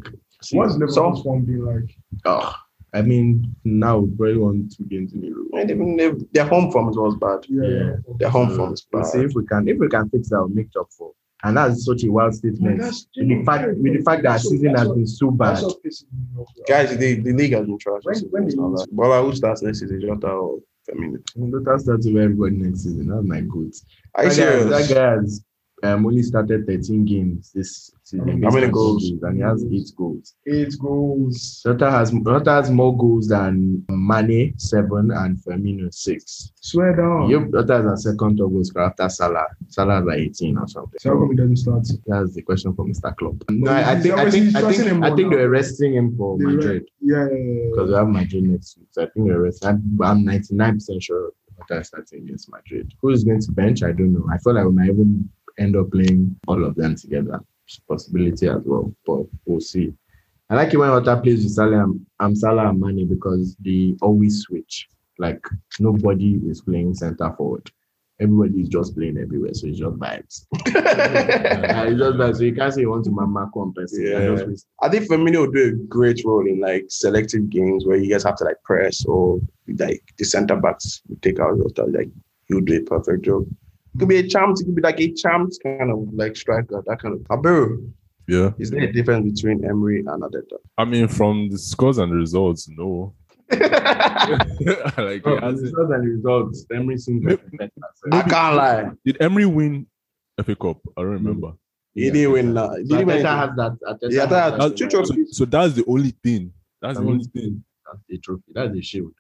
Speaker 7: What's
Speaker 4: So-
Speaker 7: Liverpool's form been like?
Speaker 5: oh, I mean, now we probably won two games in a row.
Speaker 4: And even their- their home form was bad.
Speaker 7: Yeah.
Speaker 5: Yeah.
Speaker 4: Their home
Speaker 5: So,
Speaker 4: form is
Speaker 5: We'll Mm. see
Speaker 4: Mm, bad.
Speaker 5: if we can if we can fix that, we'll make top four. And that's such a wild statement.
Speaker 7: that's-
Speaker 5: with the fact with the fact that our
Speaker 7: That's what-
Speaker 5: season
Speaker 7: that's
Speaker 5: has
Speaker 7: what-
Speaker 5: been so bad.
Speaker 7: That's what pisses me off.
Speaker 4: Guys, the, the league has been trash.
Speaker 7: When- when they lose-
Speaker 4: Bola, who starts next season? Jota or Firmino?
Speaker 5: Let us start to everybody next season. That's my good.
Speaker 4: Are
Speaker 5: that guy,
Speaker 4: you serious?
Speaker 5: that guy has um, only started 13 games this season.
Speaker 4: How many goals?
Speaker 5: And he has eight goals.
Speaker 7: Eight goals.
Speaker 5: Sota has Sota has more goals than Mane, seven, and Firmino, six.
Speaker 7: Swear
Speaker 4: Oh.
Speaker 7: down.
Speaker 5: Yep, Sota is a second top goal scorer after Salah. Salah is like 18 or something.
Speaker 7: So how come he doesn't start?
Speaker 5: That's the question for Mr. Klopp. No,
Speaker 7: he's-
Speaker 5: I, I think I
Speaker 7: he's
Speaker 5: think I
Speaker 7: trusting him
Speaker 5: think, I
Speaker 7: more
Speaker 5: think
Speaker 7: now.
Speaker 5: they're arresting him for
Speaker 7: They were-
Speaker 5: Madrid
Speaker 7: Yeah, yeah, yeah, yeah.
Speaker 5: because they have Madrid next week. So I think they're arresting. I'm- I'm 99% sure Sota is starting against Madrid. Who is going to bench? I don't know. I feel like we might even end up playing all of them together. It's a possibility as well, but we'll see. I like it when Otter plays with Salah. and- I'm Salah and Mane because they always switch. Like nobody is playing center forward. Everybody is just playing everywhere, so it's just vibes. Yeah, it's just vibes. So you can't say you want to mama compensate.
Speaker 4: Yeah. I think Firmino will do a great role in like selective games where you guys have to like press or like the center backs will take out your stuff. Like he'll do a perfect job. Could be a champ, it could be like a champ kind of like striker, that kind of Abiru.
Speaker 6: Yeah.
Speaker 4: Is there a difference between Emery and Adeta?
Speaker 6: I mean, from the scores and the results, no.
Speaker 4: Oh.
Speaker 6: like, he hasn't-
Speaker 5: Results and results. Emery seems like a better
Speaker 4: I
Speaker 5: player.
Speaker 4: can't lie.
Speaker 6: did Emery win FA Cup? I don't remember.
Speaker 4: He didn't win that. He
Speaker 5: So
Speaker 4: didn't win
Speaker 5: Arteta has
Speaker 4: anything.
Speaker 5: that. Arteta
Speaker 4: Yeah,
Speaker 5: has
Speaker 4: that-
Speaker 5: that
Speaker 4: that's
Speaker 5: in
Speaker 4: true,
Speaker 5: mind.
Speaker 4: true.
Speaker 6: So, so that's the only thing. That's the only thing.
Speaker 5: That's the trophy. That's the shield.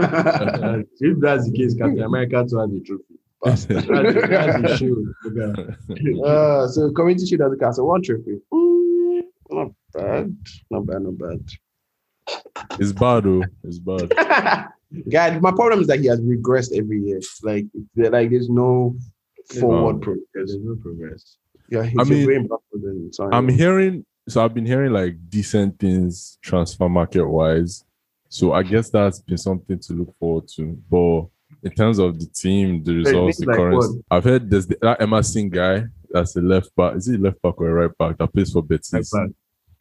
Speaker 5: if that's the case, Captain America too has the trophy. That's the, that's the shield. Okay.
Speaker 4: uh, so community shield has a castle one trophy. Mm, not bad. Not bad, not bad.
Speaker 6: It's bad, though. It's bad.
Speaker 4: God, my problem is that he has regressed every year. Like, there- like there's no forward progress.
Speaker 5: There's no progress.
Speaker 4: Yeah, he's
Speaker 6: I mean,
Speaker 4: way backward than sorry.
Speaker 6: I'm hearing, so I've been hearing like decent things transfer market wise. So I guess that's been something to look forward to. But in terms of the team, the results,
Speaker 5: means
Speaker 6: the
Speaker 5: like
Speaker 6: currents, I've heard there's the, that Emerson guy that's a left back. Is he left back or a right back that plays for Betis?
Speaker 5: Like that.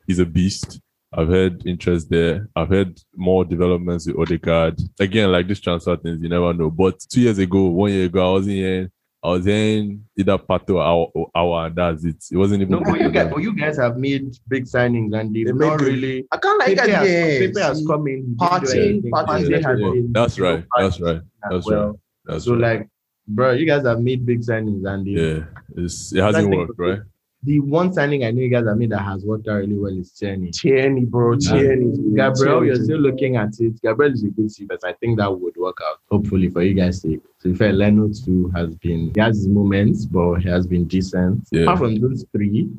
Speaker 6: He's a beast. I've heard interest there. I've heard more developments with Odegaard. Again, like this transfer things, you never know. But two years ago, one year ago, I was in here. I was in either Pato or Awa- or Awa, and that's it. It wasn't even.
Speaker 5: No, but you
Speaker 6: Odegaard.
Speaker 5: guys, but you guys have made big signings and they've
Speaker 4: They made
Speaker 5: not
Speaker 4: good-
Speaker 5: really.
Speaker 4: I can't
Speaker 5: Pepe
Speaker 4: like that.
Speaker 5: has,
Speaker 4: Yes.
Speaker 5: Pepe has come in. he didn't do
Speaker 4: Party,
Speaker 5: anything.
Speaker 4: party
Speaker 5: Party
Speaker 4: has
Speaker 5: has
Speaker 4: been-
Speaker 5: been-
Speaker 6: That's
Speaker 5: you know,
Speaker 6: right. That's
Speaker 5: party
Speaker 6: right.
Speaker 5: as
Speaker 6: That's
Speaker 5: well.
Speaker 6: right. That's
Speaker 5: so
Speaker 6: right.
Speaker 5: like, bro, you guys have made big signings and they,
Speaker 6: yeah, it's, it hasn't
Speaker 5: That's the-
Speaker 6: worked, right?
Speaker 5: the one signing I know you guys have made that has worked out really well is Tierney.
Speaker 4: Tierney, bro. Tierney.
Speaker 5: Gabriel,
Speaker 4: Tierney.
Speaker 5: you're still looking at it. Gabriel is a good receiver. I think that would work out, hopefully, for you guys' sake. To be fair, Leno too has been, he has his moments, but he has been decent.
Speaker 6: Yeah.
Speaker 5: Apart from those three,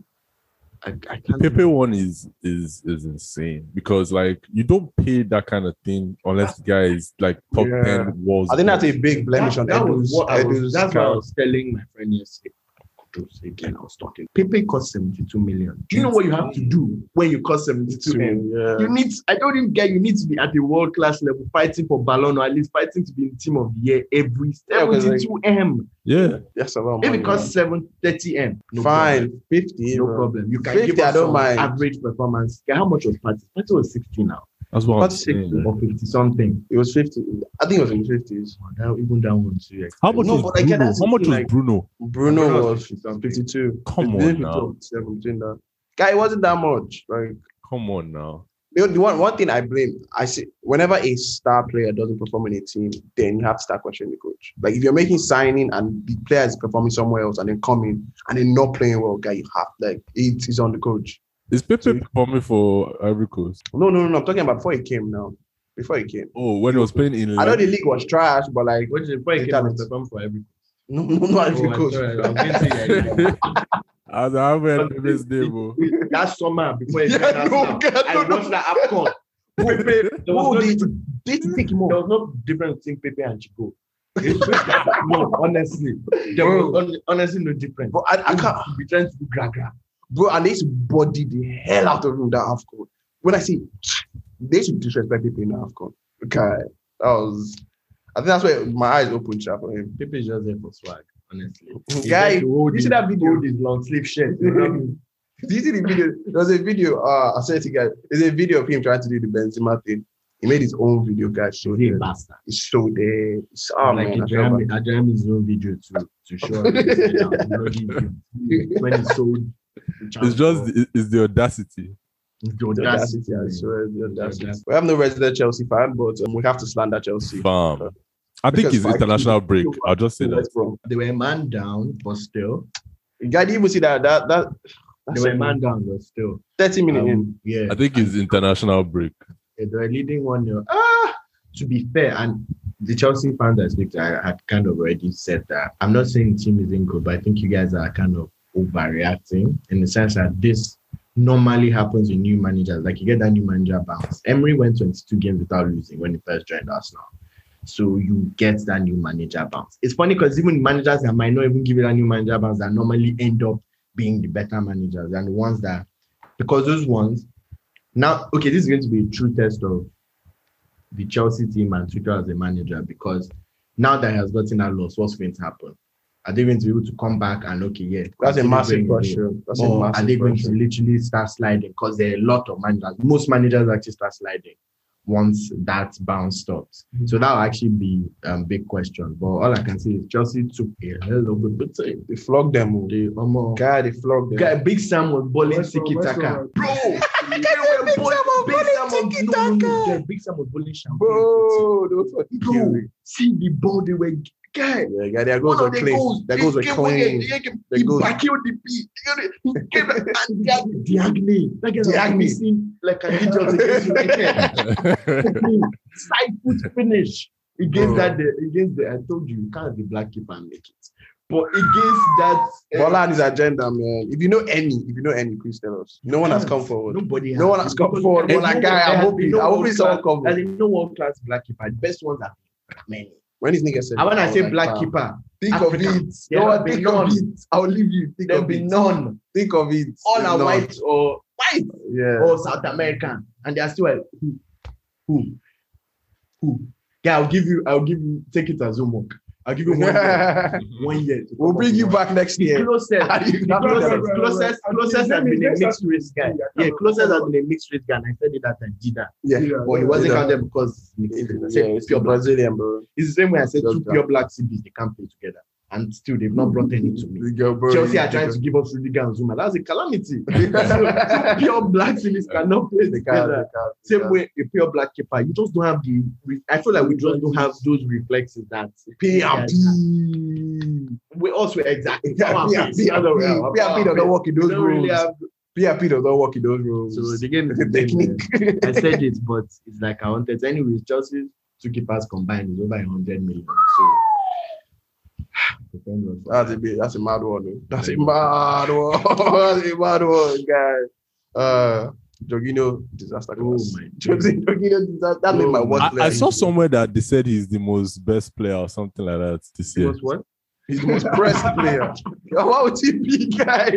Speaker 5: I, I can't.
Speaker 6: Pepe one is is is insane because like you don't pay that kind of thing unless the guy is like top
Speaker 4: Yeah.
Speaker 6: ten walls.
Speaker 4: I think that's a big blemish
Speaker 5: That-
Speaker 4: on
Speaker 5: that was
Speaker 4: Edu's.
Speaker 5: what I was-
Speaker 4: Edu's
Speaker 5: That's what I
Speaker 4: scout.
Speaker 5: was telling my friend yesterday. Kudos Again, I was talking. Pepe cost 72 million. Do you know what you have to do when you cost 72 million?
Speaker 4: Yeah.
Speaker 5: You need, I told him, guy, you need to be at a world class level, fighting for Ballon or at least fighting to be in team of the year every
Speaker 4: Yeah, 'cause, like-
Speaker 5: 72 M.
Speaker 6: yeah.
Speaker 4: That's a lot of
Speaker 5: If
Speaker 4: money,
Speaker 5: it costs 730 M,
Speaker 4: man.
Speaker 5: no problem.
Speaker 4: fine. 50.
Speaker 5: No
Speaker 4: bro.
Speaker 5: problem. You can
Speaker 4: 50,
Speaker 5: give us
Speaker 4: I don't
Speaker 5: some
Speaker 4: mind.
Speaker 5: average performance. Guy, how much was Party? Party was 60 now,
Speaker 6: That's what I'm
Speaker 4: That's sick.
Speaker 6: saying. like.
Speaker 5: or 50 something.
Speaker 4: It was 50. I think it was in the 50s.
Speaker 5: Oh, that- even down one too. expensive.
Speaker 6: How much
Speaker 4: No,
Speaker 6: was
Speaker 4: but again,
Speaker 6: Bruno?
Speaker 4: that's
Speaker 6: How much was
Speaker 4: like-
Speaker 6: Bruno?
Speaker 4: Bruno,
Speaker 5: Bruno was
Speaker 4: was 52.
Speaker 6: Come
Speaker 4: Between 52,
Speaker 6: on now.
Speaker 4: 17, that. Guy, it wasn't that much. Like,
Speaker 6: Come on now.
Speaker 4: the only- one, one thing I blame, I see, whenever a star player doesn't perform in a team, then you have to start questioning the coach. Like, if you're making signing and the player is performing somewhere else and then coming and then not playing well, guy, you have, like, it is on the coach.
Speaker 6: Is Pepe
Speaker 4: See?
Speaker 6: performing for Ivory Coast?
Speaker 4: No, no, no, no. I'm talking about before he came now. Before he came.
Speaker 6: Oh, when he was playing in
Speaker 4: I know
Speaker 6: like,
Speaker 4: the league was trash, but like,
Speaker 5: What is it? Why you
Speaker 4: It
Speaker 5: came out
Speaker 4: happens.
Speaker 5: perform for every
Speaker 4: no, no, no,
Speaker 5: Oh,
Speaker 4: every
Speaker 5: I'm
Speaker 4: coach.
Speaker 5: sorry, I'm getting it.
Speaker 6: I was- I haven't heard
Speaker 5: But
Speaker 6: Pepe's
Speaker 5: the-
Speaker 6: name. oh.
Speaker 5: that summer before it
Speaker 4: Yeah,
Speaker 5: started,
Speaker 4: no,
Speaker 5: now,
Speaker 4: God,
Speaker 5: I
Speaker 4: no, no.
Speaker 5: watched that AFCON. Pepe, there was
Speaker 4: Who
Speaker 5: no
Speaker 4: did-
Speaker 5: difference-
Speaker 4: Did he take him
Speaker 5: there was
Speaker 4: off?
Speaker 5: no difference between Pepe and Chico. It's just that- no, honestly, there was hon- honestly no difference.
Speaker 4: Bro, I, I can't.
Speaker 5: We trying to do gragra.
Speaker 4: bro, and they used to body the hell out of him that AFCON. When I say they should disrespect people in AFCON. Okay. That was I think that's where my eyes opened sharp for him.
Speaker 5: Pepe is just there for swag, honestly.
Speaker 4: Guy,
Speaker 5: you
Speaker 4: you
Speaker 5: should
Speaker 4: see
Speaker 5: have
Speaker 4: that
Speaker 5: video
Speaker 4: video?
Speaker 5: with his long sleeve shirt.
Speaker 4: Did you see the video? There's a video, uh I said to you guys, there's a video of him trying to do the Benzema thing. He made his own video, guys. So
Speaker 5: He's a
Speaker 4: there.
Speaker 5: bastard.
Speaker 4: It's so there. It's oh,
Speaker 5: like
Speaker 4: man, I feel bad.
Speaker 5: Adrian, Adrian is no video to to show. how he is now, bloody idiot. when he sold. the
Speaker 6: It's
Speaker 5: Charles
Speaker 6: just it- it's the audacity.
Speaker 5: the
Speaker 4: The
Speaker 5: audacity.
Speaker 4: audacity, I swear, the audacity.
Speaker 5: audacity.
Speaker 4: We have no resident Chelsea fan, but um, we have to slander Chelsea.
Speaker 6: Fam. I think
Speaker 4: Because
Speaker 6: it's
Speaker 4: like-
Speaker 6: international break. I'll just say that.
Speaker 4: West Brom.
Speaker 5: They were man down, but still
Speaker 4: Gadi, you see that that that that's
Speaker 5: They were
Speaker 4: a
Speaker 5: man down though still.
Speaker 4: thirty minutes
Speaker 5: Um,
Speaker 4: in.
Speaker 5: Yeah.
Speaker 6: I think it's international break.
Speaker 5: Yeah, they were leading one 0 Ah, to be fair, and the Chelsea fans I speak to, I had kind of already said that. I'm not saying the team isn't good, but I think you guys are kind of overreacting in the sense that this normally happens with new managers. Like you get that new manager bounce. Emery went 22 games without losing when he first joined Arsenal. So you get that new manager bounce. It's funny because even managers that might not even give you that new manager bounce that normally end up being the better managers and the ones that because those ones now okay this is going to be a true test of the Chelsea team and Tuchel as a manager because now that he has gotten that loss what's going to happen are they going to be able to come back and okay yeah
Speaker 4: That's a
Speaker 5: continue
Speaker 4: massive
Speaker 5: going away?
Speaker 4: pressure. That's a
Speaker 5: or are they
Speaker 4: massive
Speaker 5: going to
Speaker 4: pressure.
Speaker 5: literally start sliding? Because there are a lot of managers. Most managers actually start sliding once that bounce stops. So that will actually be a um, big question. But all I can say is Chelsea took a hell of a beating.
Speaker 4: They flogged them. oh.
Speaker 5: They almost
Speaker 4: God, they flogged them.
Speaker 5: guy Big Sam was bowling
Speaker 7: West Brom-
Speaker 5: tiki
Speaker 7: West
Speaker 5: taka.
Speaker 7: Brom-
Speaker 5: Bro, they were
Speaker 4: Big Sam was
Speaker 5: bowling- Big Sam
Speaker 4: bowling
Speaker 5: was- no, no, no,
Speaker 4: tiki-taka.
Speaker 5: guy, Big Sam was bowling champagne.
Speaker 4: Bro, they were fucking
Speaker 5: Bro,
Speaker 4: killing.
Speaker 5: see the ball they were guy.
Speaker 4: Yeah, God, their
Speaker 5: One
Speaker 4: goals were
Speaker 5: of the
Speaker 4: clean. Their goals
Speaker 5: he
Speaker 4: were
Speaker 5: came with it,
Speaker 4: clean.
Speaker 5: he came-
Speaker 4: Their
Speaker 5: He
Speaker 4: goals-
Speaker 5: backheeled the beat. He came back and Diagne- Diagne. That guy was
Speaker 4: Diagne.
Speaker 5: missing like an idiot against United. Side foot finish against
Speaker 4: Bro.
Speaker 5: that. day- Against the, I told you, you can't be black keeper and make it. But against that, eh,
Speaker 4: Bola and his agenda, man. If you know any, if you know any, please tell us. No one has come forward.
Speaker 5: nobody.
Speaker 4: No one has come forward.
Speaker 5: Because
Speaker 4: Bola
Speaker 5: no-
Speaker 4: guy, I
Speaker 5: there has
Speaker 4: hope
Speaker 5: been
Speaker 4: it-
Speaker 5: no
Speaker 4: I hope it's all
Speaker 5: world-class-
Speaker 4: covered.
Speaker 5: There is no world class black keeper. The best ones are many.
Speaker 4: When this nigga said,
Speaker 5: And when I say
Speaker 4: was
Speaker 5: black
Speaker 4: like, uh, "Fam,
Speaker 5: keeper,
Speaker 4: think
Speaker 5: Africa.
Speaker 4: of it.
Speaker 5: There
Speaker 4: no
Speaker 5: have
Speaker 4: one
Speaker 5: been
Speaker 4: think of
Speaker 5: none.
Speaker 4: it. I'll leave you. Think
Speaker 5: there'll
Speaker 4: of
Speaker 5: be
Speaker 4: it.
Speaker 5: none.
Speaker 4: Think of it.
Speaker 5: all are
Speaker 4: None.
Speaker 5: white or white
Speaker 4: Yeah.
Speaker 5: or Oh, South American, and they are still like, who, who, who. Yeah, I'll give you. I'll give you. Take it as homework. I'll give you one year. one year to
Speaker 4: we'll
Speaker 5: come
Speaker 4: bring
Speaker 5: up
Speaker 4: you
Speaker 5: with
Speaker 4: back next
Speaker 5: one.
Speaker 4: year.
Speaker 5: Closest,
Speaker 4: You
Speaker 5: the
Speaker 4: know that.
Speaker 5: closest, closest, closest has been a mixed race guy. Yeah, closest has been a mixed race guy. And I said it that time, Jida.
Speaker 4: Yeah.
Speaker 5: But he wasn't
Speaker 4: Yeah.
Speaker 5: counted because he's mixed race. I said
Speaker 4: Yeah, it's
Speaker 5: pure
Speaker 4: pure
Speaker 5: black.
Speaker 4: Brazilian, bro.
Speaker 5: It's the same way I said
Speaker 4: Just
Speaker 5: two
Speaker 4: that.
Speaker 5: pure black CDs they can't play together, and still they've not brought any to me.
Speaker 4: The girl, bro.
Speaker 5: Chelsea are trying to give us Rudiger and Zuma. That's a calamity. So, pure black teams cannot play
Speaker 4: They can't, they
Speaker 5: together.
Speaker 4: can't, they
Speaker 5: Same
Speaker 4: can't.
Speaker 5: way a pure black keeper, you just don't have the. re- I feel like we just don't have those reflexes that
Speaker 4: P
Speaker 5: Yeah,
Speaker 4: and P.
Speaker 5: we also exactly.
Speaker 4: P and P. P and P. P and P don't work in
Speaker 5: We
Speaker 4: those
Speaker 5: don't really
Speaker 4: rooms.
Speaker 5: have.
Speaker 4: P and P don't work in those rooms.
Speaker 5: So the game is the game,
Speaker 4: Technique.
Speaker 5: yeah. I said it, but it's like I wanted. Anyways, Chelsea's two keepers combined is over a hundred million. So. Depends on-
Speaker 4: That's a bit, that's a mad one. Though. That's a mad one. that's a mad one, guy. Uh, Jorginho disaster.
Speaker 5: Oh
Speaker 4: class.
Speaker 5: my
Speaker 4: Jose Jorginho disaster. That made my
Speaker 5: Oh
Speaker 4: worst
Speaker 6: I,
Speaker 4: player.
Speaker 6: I saw somewhere that they said he's the most best player or something like that this year.
Speaker 5: Because what?
Speaker 4: He's the most pressed player. Why would he be, guy?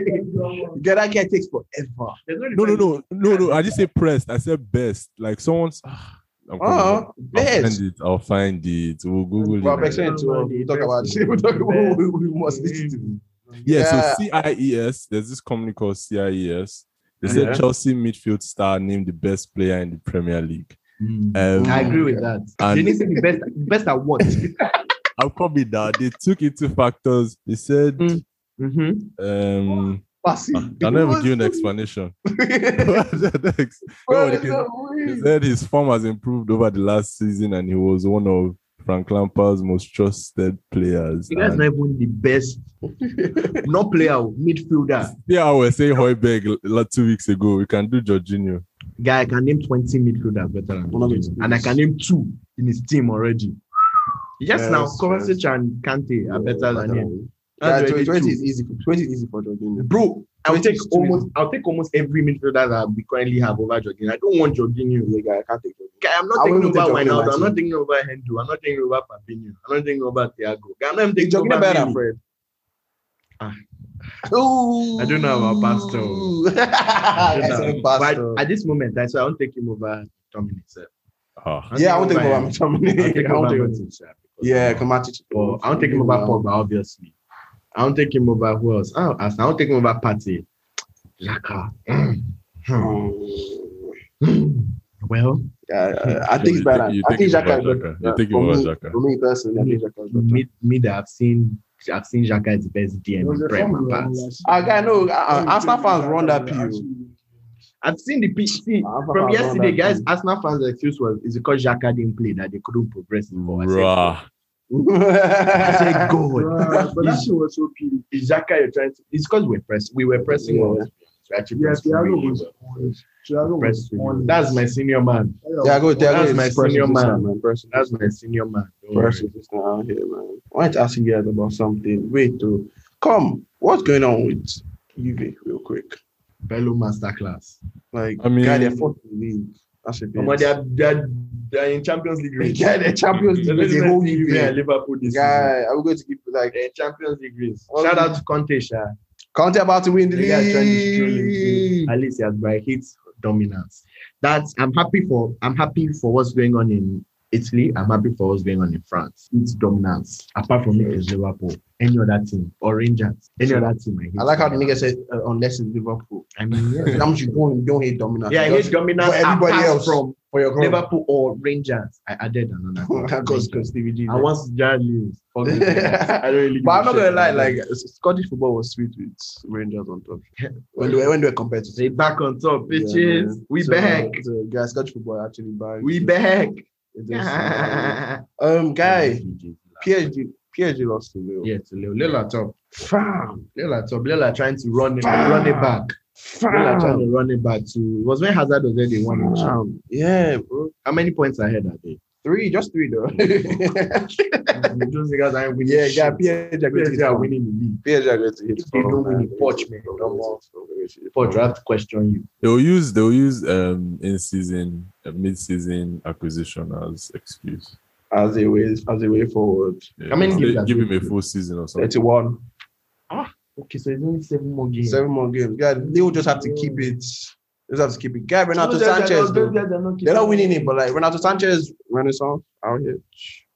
Speaker 4: Guy, that guy takes forever.
Speaker 5: There's
Speaker 6: No, no, no, no, no. I didn't say pressed. I said best. Like someone's. I'm coming
Speaker 4: Uh,
Speaker 6: up. I'll
Speaker 4: best.
Speaker 6: find it. I'll find it. We'll Google
Speaker 4: But I'm
Speaker 6: it.
Speaker 4: excited to uh, we talk about this. We, talk, we, we must listen to him.
Speaker 6: Yeah, so CIES, there's this company called CIES. They said
Speaker 4: Yeah.
Speaker 6: Chelsea midfield star named the best player in the Premier League. Um,
Speaker 5: I agree with that.
Speaker 6: And-
Speaker 5: they need to be best, best at what?
Speaker 6: I'll probably that they took into factors. They said
Speaker 5: Mm. mm-hmm.
Speaker 6: um
Speaker 4: Passing.
Speaker 6: I never give you an explanation. Next.
Speaker 4: Bro,
Speaker 6: No, they
Speaker 4: there's no
Speaker 6: He
Speaker 4: way.
Speaker 6: said his form has improved over the last season and he was one of Frank Lampard's most trusted players.
Speaker 5: You guys
Speaker 6: And
Speaker 5: not even the best, not player, oh, midfielder.
Speaker 6: yeah, I was saying Hoiberg like two weeks ago. We can do Jorginho.
Speaker 5: Guy, I can name 20 midfielders better than
Speaker 4: One of
Speaker 5: Jorginho.
Speaker 4: it.
Speaker 5: And I can name two in his team already. Yes,
Speaker 4: Yes,
Speaker 5: now,
Speaker 4: yes.
Speaker 5: Kovacic and Kante are better than him.
Speaker 4: Yeah,
Speaker 5: That's already
Speaker 4: 20 20
Speaker 5: two.
Speaker 4: is easy. for- 20 is easy for Jorginho.
Speaker 5: Bro, I'll
Speaker 4: Twenty
Speaker 5: take
Speaker 4: is too
Speaker 5: almost I'll take almost every midfielder that we currently have over Jorginho. I don't want Jorginho.
Speaker 4: Yeah, guy, I can't take Jorginho.
Speaker 5: Guy, I'm
Speaker 4: I
Speaker 5: not taking
Speaker 4: wouldn't
Speaker 5: over
Speaker 4: take Jorginho,
Speaker 5: Wijnaldum. I'm not
Speaker 4: actually.
Speaker 5: taking over Hendo. I'm not taking over Fabinho. I'm not taking over Thiago. Guy, I'm not even
Speaker 4: Is
Speaker 5: taking over
Speaker 4: Jorginho better
Speaker 5: Mendy.
Speaker 4: than Fred?
Speaker 5: Ah.
Speaker 4: Ooh.
Speaker 5: I don't know about Pastor.
Speaker 4: I
Speaker 5: Yeah.
Speaker 4: said
Speaker 5: But
Speaker 4: Pastor.
Speaker 5: at this moment, I say I won't take him over Dominic. sir.
Speaker 6: Ah,
Speaker 4: Yeah, I won't take him
Speaker 5: him.
Speaker 4: over
Speaker 5: I'll take
Speaker 4: Tomini.
Speaker 5: him
Speaker 4: I won't
Speaker 5: over
Speaker 4: take him.
Speaker 5: Matic, sir, because-
Speaker 4: Yeah, Komatic.
Speaker 5: But I won't take him over Pogba, obviously. I won't take him over who else? I don't, I won't take him over Party. Xhaka. Hmm. well,
Speaker 4: Um, Yeah, I, I think it's
Speaker 6: You
Speaker 4: better.
Speaker 6: take- you
Speaker 4: I
Speaker 6: take
Speaker 4: think Xhaka is
Speaker 6: him over Xhaka.
Speaker 4: better.
Speaker 6: You take him
Speaker 4: for
Speaker 6: over
Speaker 4: me,
Speaker 6: Xhaka.
Speaker 4: For me personally, I think Xhaka is better.
Speaker 5: mid mid I've seen I've seen Xhaka is the best DM in Prem pass.
Speaker 4: I got no. Uh, Arsenal fans run that pill.
Speaker 5: I've seen the pitch see,
Speaker 7: Ah,
Speaker 4: Arsenal
Speaker 5: from
Speaker 4: fans run
Speaker 5: yesterday,
Speaker 4: that
Speaker 5: guys.
Speaker 4: pill.
Speaker 5: Arsenal fans' excuse was is because Xhaka didn't play that they couldn't progress. in ball. I said,
Speaker 6: rah.
Speaker 5: I said,
Speaker 7: Bruh, but
Speaker 5: God.
Speaker 7: that
Speaker 5: Is-
Speaker 7: shit was so peeling.
Speaker 5: is Xhaka you're trying to? It's because we're pressing. We were pressing
Speaker 4: Yeah.
Speaker 5: on. us. We actually
Speaker 7: Yeah,
Speaker 5: pressed
Speaker 7: Thiago
Speaker 5: really
Speaker 7: was
Speaker 5: well.
Speaker 7: on. Thiago was
Speaker 5: Pressed really well.
Speaker 7: on.
Speaker 5: That's my senior man.
Speaker 4: Yeah, go there.
Speaker 5: That's
Speaker 4: go
Speaker 5: my
Speaker 4: express
Speaker 5: senior
Speaker 4: resistance,
Speaker 5: man.
Speaker 4: Press-
Speaker 5: That's my senior man. Don't worry.
Speaker 4: press resistance out here, man. I want to ask you guys about something. Wait, to come. What's going on with Juve, real quick?
Speaker 5: Bello masterclass.
Speaker 4: Like,
Speaker 6: I mean-
Speaker 4: guy, they're fourth in the league. That's a bit.
Speaker 5: Omo, They're they're- they're in Champions League. race.
Speaker 4: Yeah, they're Champions League,
Speaker 5: Let's
Speaker 4: they
Speaker 5: not
Speaker 4: hold
Speaker 5: see
Speaker 4: you
Speaker 5: Juve
Speaker 4: there.
Speaker 5: and Liverpool this season.
Speaker 4: Guy, I'm going to give like
Speaker 5: They're in Champions League race.
Speaker 4: Well,
Speaker 5: Shout out to Conte, Sha.
Speaker 4: Conte about to win the
Speaker 5: The guy trying to stroll him
Speaker 4: league.
Speaker 5: through. At least he has by his dominance. That's I'm happy for. I'm happy for what's going on in Italy. I'm happy for what's going on in France. It's dominance. Apart from it, it's Liverpool. Any other team or Rangers. Any other team. hate
Speaker 4: I like how the
Speaker 5: dominance.
Speaker 4: nigga said, uh, unless it's Liverpool.
Speaker 5: I mean, yeah,
Speaker 4: How much you don't, don't hate dominance.
Speaker 5: yeah, his
Speaker 4: Just
Speaker 5: dominance.
Speaker 4: for everybody
Speaker 5: apart
Speaker 4: else.
Speaker 5: from
Speaker 4: for your goal.
Speaker 5: Liverpool or Rangers. I added another.
Speaker 4: Because
Speaker 5: thing.
Speaker 4: Stevie G.
Speaker 5: I want Jared Lewis. Fuck it. I don't really. give
Speaker 4: But
Speaker 5: a
Speaker 4: I'm not
Speaker 5: shit
Speaker 4: gonna lie,
Speaker 5: about that.
Speaker 4: like Scottish football was sweet with Rangers on top. when they were when they were competitive.
Speaker 5: they back on top, bitches.
Speaker 4: Yeah,
Speaker 5: we
Speaker 4: so,
Speaker 5: back.
Speaker 4: So, guys, Scottish football actually back.
Speaker 5: We back.
Speaker 4: It is- um, guy, PSG, PSG lost to Lille.
Speaker 5: Yeah, to Lil. Lil at top.
Speaker 4: Fam,
Speaker 5: Lil at top. Lil are trying to run it, run it back. Lil are trying
Speaker 4: fam,
Speaker 5: to run it back to. It was when Hazard was there, they won. it.
Speaker 4: fam. Yeah, bro.
Speaker 5: How many points ahead are they?
Speaker 4: Three, just three though.
Speaker 5: Those niggas aren't winning.
Speaker 4: yeah, guy,
Speaker 5: shit.
Speaker 4: PSG are going to
Speaker 5: PSG
Speaker 4: hit
Speaker 5: are
Speaker 4: form.
Speaker 5: winning the league.
Speaker 4: PSG are going to hit
Speaker 5: If they
Speaker 4: form,
Speaker 5: don't win
Speaker 4: man.
Speaker 5: it, poach, man. Don't worry. But
Speaker 4: Poach,
Speaker 5: you have to question you.
Speaker 6: They'll use they'll use um in season uh, mid season acquisition as excuse.
Speaker 4: As a way, as a way forward.
Speaker 6: Yeah,
Speaker 5: How many
Speaker 6: they-
Speaker 5: games have
Speaker 6: give
Speaker 5: they
Speaker 6: him a
Speaker 5: played?
Speaker 6: full season or something.
Speaker 4: Thirty-one.
Speaker 5: Okay, so it's only seven more games.
Speaker 4: Seven more games. Yeah, they will just have to keep it. They just have to keep it. Guy, Renato
Speaker 5: Those guys are
Speaker 4: Sanchez,
Speaker 5: not-
Speaker 4: though.
Speaker 5: those guys are
Speaker 4: They're not winning it, but like Renato Sanchez, Renaissance out here.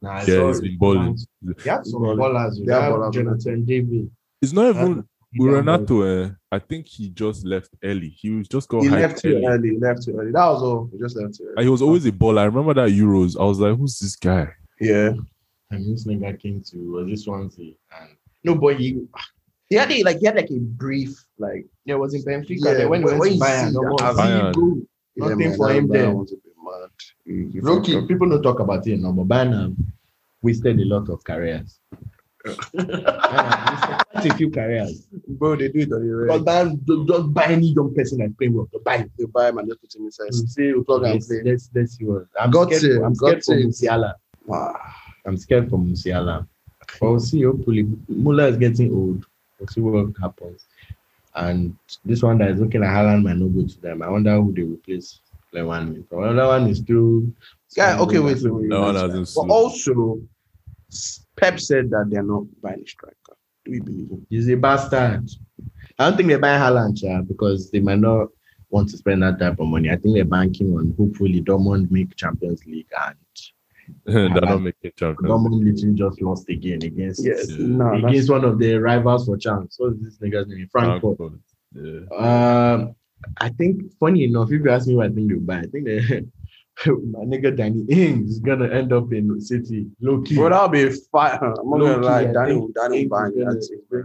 Speaker 5: Nah, it's
Speaker 6: Yeah,
Speaker 5: all-
Speaker 6: he's been balling.
Speaker 5: They have some
Speaker 4: Balling.
Speaker 5: ballers.
Speaker 4: They
Speaker 5: They
Speaker 4: have
Speaker 5: have
Speaker 4: ballers.
Speaker 5: Jonathan David.
Speaker 6: It's not even
Speaker 5: Yeah,
Speaker 6: Renato. eh, I think he just left early. He was just got
Speaker 4: He
Speaker 6: hyped
Speaker 4: left too
Speaker 6: early.
Speaker 4: early. He left too early. That was all. He just left too
Speaker 6: And
Speaker 4: early.
Speaker 6: he was always a baller. I remember that Euros. I was like, who's this guy?
Speaker 4: Yeah.
Speaker 5: And this nigga came to was this one thing and no boy you
Speaker 4: He had a, like he had like a brief like
Speaker 5: there was in Benfica
Speaker 4: Yeah,
Speaker 5: then when he
Speaker 4: when-
Speaker 5: went
Speaker 4: when
Speaker 5: to
Speaker 4: you
Speaker 5: Bayern,
Speaker 4: see
Speaker 5: no
Speaker 4: that
Speaker 5: more.
Speaker 4: as-
Speaker 5: See,
Speaker 6: Bayern.
Speaker 5: go. Nothing for him there. Loki,
Speaker 4: Rookie.
Speaker 5: people don't talk about him no, but Bayern have wasted a lot of careers. Bayern have wasted Quite a few careers.
Speaker 4: Bro, they do it on the
Speaker 5: But
Speaker 4: red.
Speaker 5: Bayern don't just buy any young person that's playing well. Just Buy him.
Speaker 4: They buy him and just put him inside.
Speaker 5: See,
Speaker 4: plug and
Speaker 5: let's,
Speaker 4: play.
Speaker 5: let's, let's see what I'm
Speaker 4: Got
Speaker 5: scared,
Speaker 4: it,
Speaker 5: I'm scared
Speaker 4: got
Speaker 5: for
Speaker 4: it.
Speaker 5: Musiala.
Speaker 4: Wow.
Speaker 5: I'm scared for Musiala. But we'll see. Hopefully, Muller is getting old. We'll see what happens. And this one that is looking at Haaland might not go to them. I wonder who they replace Lewan with. But Another one is through.
Speaker 4: Yeah, okay, wait, wait, wait.
Speaker 6: Mm. No one has
Speaker 4: But
Speaker 6: him.
Speaker 4: also, Pep said that they're not buying a striker. Do we believe him?
Speaker 5: He's a bastard. I don't think they're buying Haaland yeah, because they might not want to spend that type of money. I think they're banking on hopefully Dortmund make Champions League and
Speaker 6: They're not making champions.
Speaker 5: Dortmund literally just lost again against
Speaker 4: Yes.
Speaker 6: Yeah.
Speaker 4: No, that's
Speaker 5: against one of the rivals for chance. What's this nigga's name? Frankfurt.
Speaker 6: Frankfurt. Yeah.
Speaker 5: Um, I think funny enough, if you ask me what I think they'll buy, I think that my nigga Danny Ings is gonna end up in City. Low key.
Speaker 4: Bro, that'll be fire. I'm not gonna
Speaker 5: Low-key,
Speaker 4: lie,
Speaker 5: I
Speaker 4: Danny,
Speaker 5: think
Speaker 4: Danny
Speaker 5: Ings
Speaker 4: buying
Speaker 5: is gonna-
Speaker 4: that team, bro.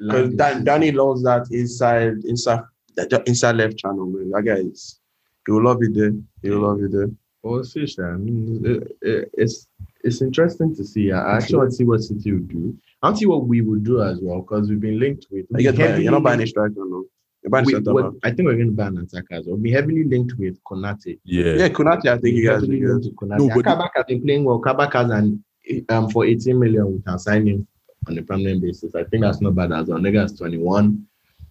Speaker 4: Because Dan, Danny loves that inside, inside, that that inside left channel, man. That guy is, he will love it there. He will love it there.
Speaker 5: Well, see, Sha, I mean, it- it- it's it's interesting to see. I actually want to see what City will do. I want to see what we will do as well because we've been linked with.
Speaker 4: You get buying, you're not buying a
Speaker 5: heavily-
Speaker 4: striker, no. You're buying a
Speaker 5: we-
Speaker 4: centre
Speaker 5: we're-
Speaker 4: back.
Speaker 5: I think we're going to buy an attacker as well. We're heavily linked with Konate.
Speaker 6: Yeah.
Speaker 4: Yeah, Kunati, I think you guys.
Speaker 5: Heavily
Speaker 4: you
Speaker 5: linked
Speaker 4: guys-
Speaker 5: to Konate.
Speaker 6: No,
Speaker 5: And
Speaker 6: but-
Speaker 5: Kabak has been playing well. Kabak has an um for 18 million we can sign him on a permanent basis. I think that's not bad as well. Nigga is 21,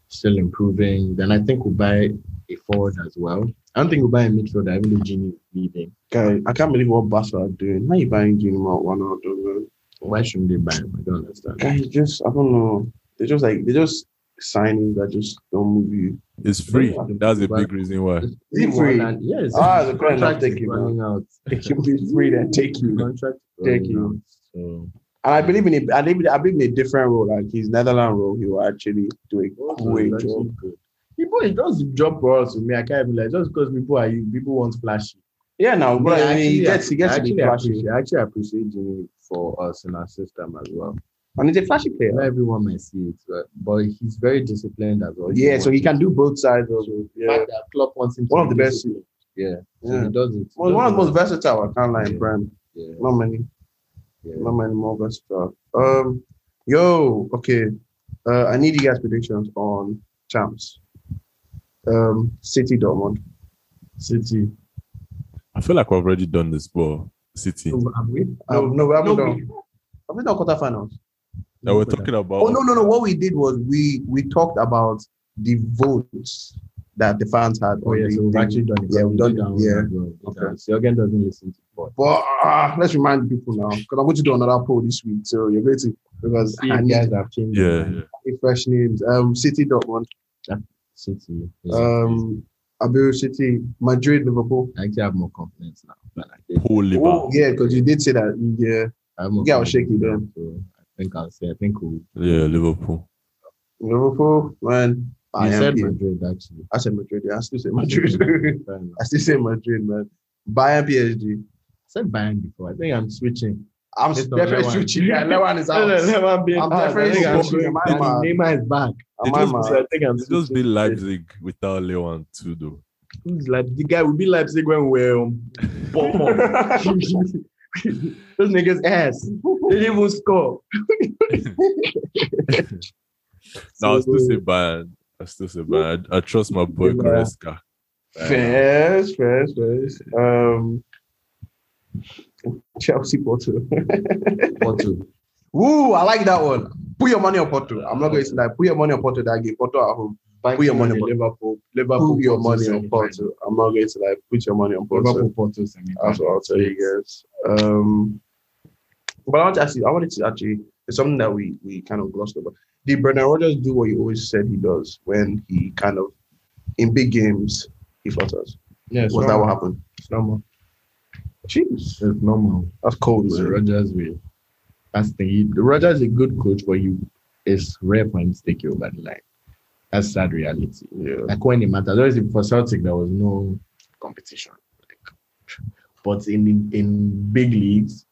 Speaker 5: still improving. Then I think we'll buy a forward as well. I don't think we'll buy a midfielder, even though Genie is leaving.
Speaker 4: Guy, I can't believe what Barca are doing. How you buying Junior one out of man?
Speaker 5: Why shouldn't they buy him? I don't understand.
Speaker 4: Guy, it's just I don't know. They just like they just signings that just don't move you.
Speaker 6: It's free. That's a
Speaker 5: But-
Speaker 6: big reason why.
Speaker 4: Is it free?
Speaker 5: And- Yes.
Speaker 4: Ah, the contract
Speaker 5: is
Speaker 4: take you,
Speaker 5: running out.
Speaker 4: They can be free then take you. And
Speaker 5: Contract is
Speaker 4: Take
Speaker 5: running
Speaker 4: you.
Speaker 5: out, So
Speaker 4: I believe in it. I believe I believe in a different role, like his Netherlands role. He will actually do a
Speaker 5: Oh,
Speaker 8: Oh,
Speaker 4: great job.
Speaker 5: People, it does job for us. to Me, I can't be like just because people are people want flashy.
Speaker 4: Yeah, no, but
Speaker 5: Yeah,
Speaker 4: I mean, he
Speaker 5: actually,
Speaker 4: gets he gets
Speaker 5: I
Speaker 4: to be
Speaker 5: actually,
Speaker 4: flashy,
Speaker 5: appreciate, I actually appreciate Jimmy for us in our system as well.
Speaker 4: and he's a flashy player.
Speaker 5: Not everyone might see it, but, but he's very disciplined as well.
Speaker 4: Yeah, so he can do both sides of it.
Speaker 5: The
Speaker 4: Yeah,
Speaker 5: fact that club uh, wants him to
Speaker 4: one of
Speaker 5: be
Speaker 4: the best.
Speaker 5: disciplined, So
Speaker 4: Yeah.
Speaker 5: he does it.
Speaker 4: Well, one of the most versatile. I can't lie,
Speaker 5: Yeah.
Speaker 4: Brand.
Speaker 5: Yeah.
Speaker 4: Not many. Not many more versatile. Um, yo, okay. Uh, I need you guys' predictions on champs. Um, City Dortmund. City.
Speaker 6: I feel like we've already done this, but City.
Speaker 4: No, have we? No, no, we haven't done. Have we done quarterfinals?
Speaker 6: Now we're talking about.
Speaker 4: Oh no, no, no. What we did was we we talked about the votes that the fans had.
Speaker 8: Oh,
Speaker 4: on
Speaker 8: yeah,
Speaker 4: the-
Speaker 8: so we've actually done it.
Speaker 4: Yeah, we've done it. Yeah. Okay.
Speaker 8: Okay. Jürgen doesn't listen to sport.
Speaker 4: But uh, let's remind people now because I'm going to do another poll this week. So you're going to because
Speaker 8: See
Speaker 4: I
Speaker 8: if
Speaker 4: need
Speaker 8: guys have changed their
Speaker 6: Yeah,
Speaker 8: mind.
Speaker 6: yeah.
Speaker 4: fresh names. Um, City Dortmund.
Speaker 8: City. is-
Speaker 4: Um, Abu City, Madrid, Liverpool.
Speaker 8: I actually have more confidence now. But I think
Speaker 6: Poor Liverpool.
Speaker 4: Oh, yeah, because you did say that. Yeah,
Speaker 8: I have more
Speaker 4: Yeah, I'll
Speaker 8: confidence
Speaker 4: shake you
Speaker 8: now,
Speaker 4: down.
Speaker 8: So I think I'll say. I think we'll.
Speaker 6: Yeah, Liverpool.
Speaker 4: Liverpool, man. I
Speaker 8: you
Speaker 4: am
Speaker 8: said
Speaker 4: here.
Speaker 8: Madrid actually.
Speaker 4: I said Madrid. Yeah, I still say Madrid.
Speaker 8: Fair enough.
Speaker 4: I still say Madrid, man. Bayern PSG.
Speaker 8: I said Bayern before. I think I'm switching.
Speaker 4: I'm
Speaker 8: Based on
Speaker 4: definitely
Speaker 8: Lewan.
Speaker 4: switching. Yeah, Lewan is out.
Speaker 8: Neymar being
Speaker 4: I'm
Speaker 8: out. I
Speaker 4: definitely
Speaker 8: think I'm
Speaker 4: switching.
Speaker 8: switching.
Speaker 4: My
Speaker 8: And
Speaker 4: man.
Speaker 8: Neymar is back.
Speaker 4: Am I mad?
Speaker 8: I think I'm
Speaker 6: It's just be Leipzig without Leon too, though.
Speaker 8: Who's like the guy will be Leipzig when we we're um, Bournemouth. Those niggas ass. They didn't even score.
Speaker 6: No, I still say Bayern. I still say Bayern. I, I trust my boy
Speaker 4: Yeah.
Speaker 6: Goretzka.
Speaker 4: Fair, fair, fair. Um, Chelsea Porto.
Speaker 8: Porto.
Speaker 4: Woo, I like that one. Put your money on Porto. I'm not going to say that. Put your money on Porto that game. Porto at home. Put your money on Porto.
Speaker 8: Liverpool. Liverpool.
Speaker 4: Put your money on
Speaker 8: semi-final.
Speaker 4: Porto. I'm not going to like put your money on Porto.
Speaker 8: Liverpool Porto semi.
Speaker 4: That's what I'll tell you guys. Um, but I want to actually, I wanted to actually, it's something that we we kind of glossed over. Did Brendan Rodgers do what he always said he does when he kind of in big games he flutters?
Speaker 8: Yeah, it's
Speaker 4: Was that what
Speaker 8: normal.
Speaker 4: happened?
Speaker 8: It's normal.
Speaker 4: Jeez,
Speaker 8: It's normal.
Speaker 4: that's cold,
Speaker 8: It's
Speaker 4: man.
Speaker 8: Rogers way. That's the thing. Rogers is a good coach, but you it's rare for him to take you over the line. That's sad reality.
Speaker 4: Yeah.
Speaker 8: like when it matters. Obviously, for Celtic, there was no competition. But in in, in big leagues,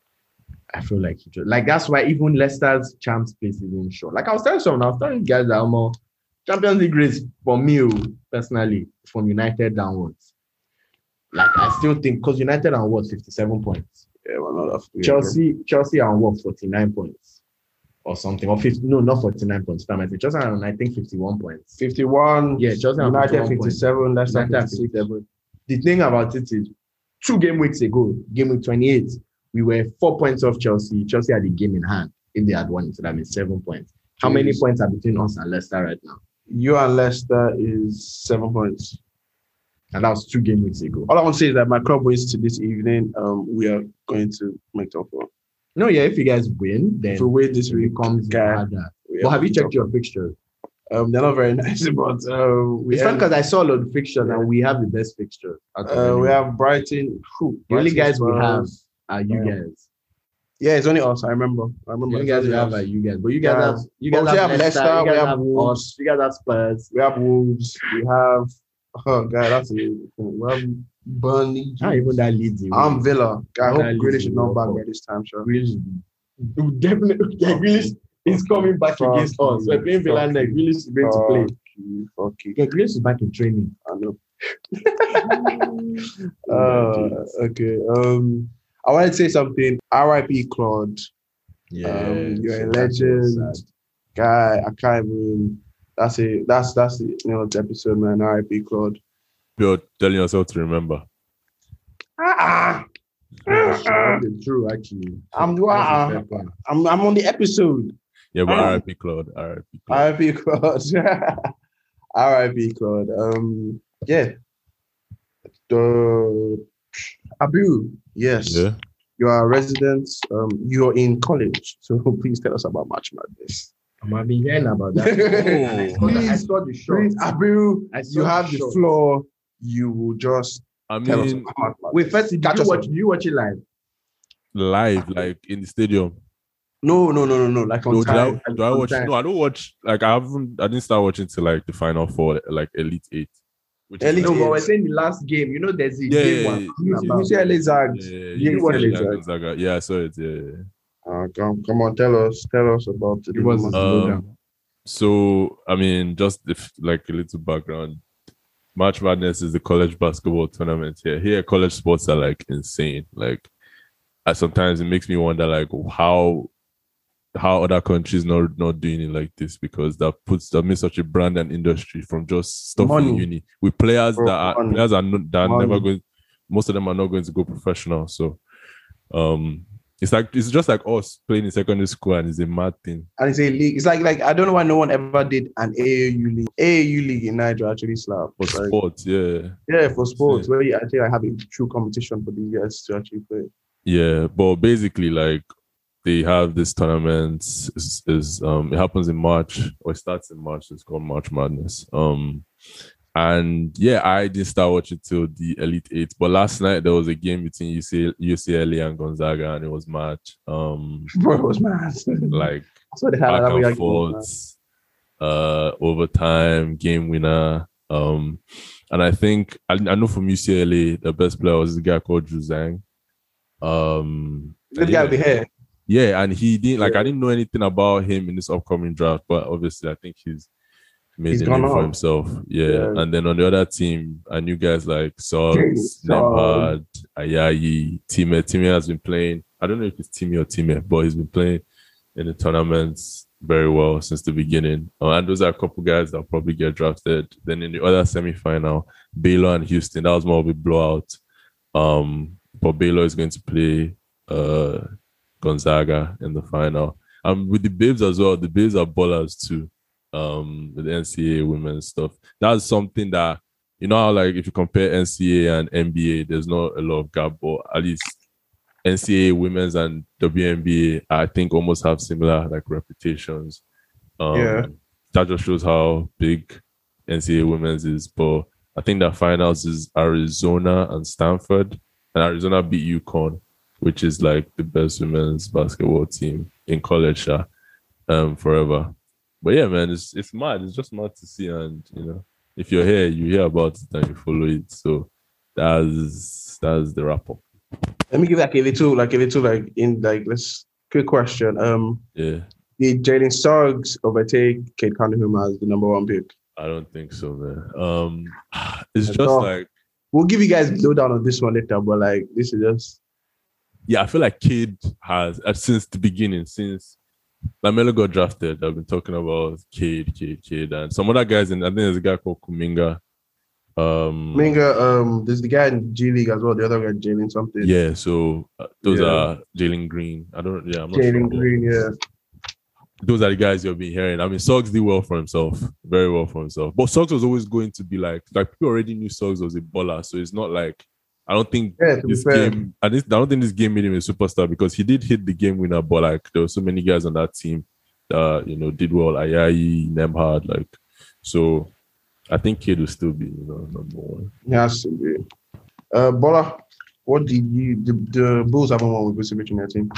Speaker 8: I feel like he just, like that's why even Leicester's champs place isn't sure. Like I was telling someone, I was telling you guys that more Champions League race for me oh, personally from United downwards. Like I still think because United are on what fifty seven points,
Speaker 4: Yeah, well, not after,
Speaker 8: Chelsea Chelsea are on what forty nine points or something or 50, no not forty nine points. damn it, Chelsea are on I think fifty one points.
Speaker 4: 51.
Speaker 8: Yeah, Chelsea have
Speaker 4: United
Speaker 8: 51 points.
Speaker 4: 57, Leicester
Speaker 8: United have
Speaker 4: 56.
Speaker 8: 57. The thing about it is, two game weeks ago, game week 28, we were four points off Chelsea. Chelsea had the game in hand. If they had won it, so that means seven points. How many
Speaker 4: Jeez.
Speaker 8: points are between us and Leicester right now?
Speaker 4: You and Leicester is seven points.
Speaker 8: And that was two game weeks ago.
Speaker 4: All I want to say is that my club wins to this evening. Um, we are going to make top four.
Speaker 8: No, yeah, if you guys win, then
Speaker 4: If we win this
Speaker 8: it
Speaker 4: week,
Speaker 8: becomes
Speaker 4: guy,
Speaker 8: harder.
Speaker 4: we
Speaker 8: But
Speaker 4: are
Speaker 8: have you
Speaker 4: making
Speaker 8: checked
Speaker 4: top
Speaker 8: your fixture?
Speaker 4: four. Um, they're not very nice, but um, we
Speaker 8: It's
Speaker 4: have,
Speaker 8: fun because I saw a lot of fixtures
Speaker 4: Yeah.
Speaker 8: and we have the best fixture. out of
Speaker 4: uh, we
Speaker 8: anyone.
Speaker 4: have Brighton. Whew,
Speaker 8: the only
Speaker 4: Brighton
Speaker 8: guys we have
Speaker 4: Spurs.
Speaker 8: are you
Speaker 4: Yeah.
Speaker 8: guys.
Speaker 4: Yeah, it's only us. I remember. I
Speaker 8: The
Speaker 4: remember.
Speaker 8: only guys we have are you guys. But you guys
Speaker 4: Yeah.
Speaker 8: have you
Speaker 4: But
Speaker 8: guys
Speaker 4: we
Speaker 8: have,
Speaker 4: have
Speaker 8: Leicester,
Speaker 4: Leicester,
Speaker 8: you
Speaker 4: we
Speaker 8: guys
Speaker 4: have
Speaker 8: have
Speaker 4: Wolves.
Speaker 8: us, you guys have Spurs.
Speaker 4: we have Wolves. We have oh god, that's it. We have Burnley.
Speaker 8: Not even that leads you.
Speaker 4: I'm Villa. I hope
Speaker 8: That
Speaker 4: Grealish
Speaker 8: leaves
Speaker 4: is not back
Speaker 8: Liverpool.
Speaker 4: by this time, sure.
Speaker 8: Grealish dude, definitely yeah, Grealish is coming back
Speaker 4: Fuck
Speaker 8: against us. We're playing Villa
Speaker 4: Fuck
Speaker 8: next.
Speaker 4: you.
Speaker 8: Grealish is going to play.
Speaker 4: Fuck you, fuck you.
Speaker 8: Yeah, Grealish is back in training.
Speaker 4: I know. uh, okay. Um, I wanted to say something. R.I.P. Claude, Um,
Speaker 8: Yeah,
Speaker 4: you're a legend. guy. I can't even. That's it. That's that's the you know the episode, man. R.I.P. Claude.
Speaker 6: You're telling yourself to remember.
Speaker 4: Ah,
Speaker 8: True, actually.
Speaker 4: I'm
Speaker 8: That's a
Speaker 4: wow.
Speaker 8: fair point.
Speaker 4: I'm I'm on the episode.
Speaker 6: Yeah, but
Speaker 4: Ah.
Speaker 6: RIP Claude. RIP Claude.
Speaker 4: R.I.P. Claude. R.I.P. Claude. Um, yeah. The Abu. Yes.
Speaker 6: yeah.
Speaker 4: you are a resident, um, you are in college, so please tell us about Match Madness.
Speaker 8: I'm I've been hearing about that. I
Speaker 6: Oh,
Speaker 8: saw the- I saw the shot.
Speaker 4: Please, Abiru,
Speaker 8: I saw
Speaker 4: you have the
Speaker 8: shot.
Speaker 4: floor. You will just
Speaker 6: I
Speaker 4: tell us
Speaker 6: mean,
Speaker 4: about Match Madness.
Speaker 8: Wait, first, did
Speaker 4: Catch
Speaker 8: you
Speaker 4: us
Speaker 8: watch,
Speaker 4: up.
Speaker 8: did you watch it live?
Speaker 6: live, like in the stadium.
Speaker 4: No, no, no, no, no. Like on
Speaker 6: No, do
Speaker 4: time.
Speaker 6: I, do I watch? No, I don't watch. Like I haven't. I didn't start watching till like the final four, like Elite Eight. Which is,
Speaker 4: Elite
Speaker 8: No,
Speaker 6: like-
Speaker 8: but we're saying the last game. You know, there's a
Speaker 6: Yeah,
Speaker 8: game
Speaker 6: yeah,
Speaker 8: one.
Speaker 6: yeah.
Speaker 4: You-
Speaker 8: about-
Speaker 4: UCLA Zags.
Speaker 6: Yeah,
Speaker 4: You
Speaker 6: yeah,
Speaker 4: watch
Speaker 6: yeah,
Speaker 4: it,
Speaker 6: yeah,
Speaker 4: right?
Speaker 6: Gonzaga. yeah, I saw it. Yeah, yeah, yeah.
Speaker 4: Uh, come, come on, tell us, tell us about it.
Speaker 8: It was a
Speaker 6: Um,
Speaker 8: slowdown.
Speaker 6: So, I mean, just if, like a little background. March Madness is the college basketball tournament here. Here, college sports are like insane. Like I sometimes it makes me wonder like how how other countries not not doing it like this because that puts that makes such a brand and industry from just stuff in
Speaker 4: Money.
Speaker 6: uni with players
Speaker 4: Bro,
Speaker 6: that are
Speaker 4: money.
Speaker 6: players are not that are
Speaker 4: Money.
Speaker 6: never going most of them are not going to go professional. So um it's like it's just like us playing in secondary school and it's a mad thing.
Speaker 4: And it's a league. It's like like I don't know why no one ever did an AAU league. AAU league in Nigeria actually slap.
Speaker 6: For
Speaker 4: Like,
Speaker 6: sports, yeah.
Speaker 4: yeah, for sports where you actually have a true competition for the years to actually play.
Speaker 6: Yeah, but basically, like they have this tournament is, is um it happens in March or it starts in March. It's called March Madness. Um, and yeah, I didn't start watching till the Elite Eight. But last night there was a game between UC, UCLA and Gonzaga, and it was match. Um,
Speaker 4: Bro, it was mad.
Speaker 6: like
Speaker 4: so they had
Speaker 6: back
Speaker 4: that way
Speaker 6: and
Speaker 4: like,
Speaker 6: forth, uh, overtime, game winner. Um, and I think I, I know from UCLA the best player was this guy called Drew Zhang. Um,
Speaker 4: This guy
Speaker 6: yeah.
Speaker 4: with the hair.
Speaker 6: Yeah, and he didn't like I didn't know anything about him in this upcoming draft, but obviously I think he's made
Speaker 4: He's
Speaker 6: a
Speaker 4: gone
Speaker 6: name for
Speaker 4: up.
Speaker 6: himself. Yeah.
Speaker 4: Yeah.
Speaker 6: And then on the other team, I knew guys like Suggs,
Speaker 4: James
Speaker 6: Nemhard, Ayayi, Time. Time has been playing. I don't know if it's Time or Time, but he's been playing in the tournaments very well since the beginning. Uh, and those are a couple guys that'll probably get drafted. Then in the other semifinal, Baylor and Houston. That was more of a blowout. Um, but Baylor is going to play uh Gonzaga in the final. Um, with the babes as well. The babes are ballers too. Um, with the NCAA women's stuff. That's something that you know how like if you compare NCAA and NBA, there's not a lot of gap, but at least NCAA women's and WNBA, I think almost have similar like reputations. Um,
Speaker 4: Yeah.
Speaker 6: That just shows how big NCAA women's is. But I think that finals is Arizona and Stanford, and Arizona beat UConn, which is like the best women's basketball team in college, yeah, um, forever. But yeah, man, it's it's mad. It's just mad to see, and you know, if you're here, you hear about it and you follow it. So that's that's the wrap up.
Speaker 4: Let me give like a little, like a little, like in like let's quick question. Um,
Speaker 6: Yeah,
Speaker 4: did Jalen Suggs overtake Kate Cunningham as the number one pick?
Speaker 6: I don't think so, man. Um, it's
Speaker 4: That's
Speaker 6: just
Speaker 4: all.
Speaker 6: like
Speaker 4: We'll give you guys blowdown on this one later, but like this is just
Speaker 6: yeah, I feel like Kid has uh, since the beginning, since Lamelo got drafted. I've been talking about Kid, Kid, Kid, and some other guys. And I think there's a guy called Kuminga. Um,
Speaker 4: Minga. Um, there's the guy in G League as well. The other guy, Jalen something.
Speaker 6: yeah. So uh, those
Speaker 4: Yeah.
Speaker 6: are Jalen Green. I don't. Yeah, I'm not sure.
Speaker 4: Jalen Green. Yeah.
Speaker 6: Those are the guys you've been hearing. I mean, Suggs did well for himself, very well for himself. But Suggs was always going to be like, like people already knew Suggs was a baller, so it's not like I don't think
Speaker 4: Yeah. To be
Speaker 6: this
Speaker 4: fair.
Speaker 6: game, and this, I don't think this game made him a superstar because he did hit the game winner, but like there were so many guys on that team that you know did well. Ayayi, Nemhard, like so. I think Kid will still be, you know, number one.
Speaker 4: It has to be. Uh, Bola, what did you? The, the Bulls haven't won with Vucevic in their team.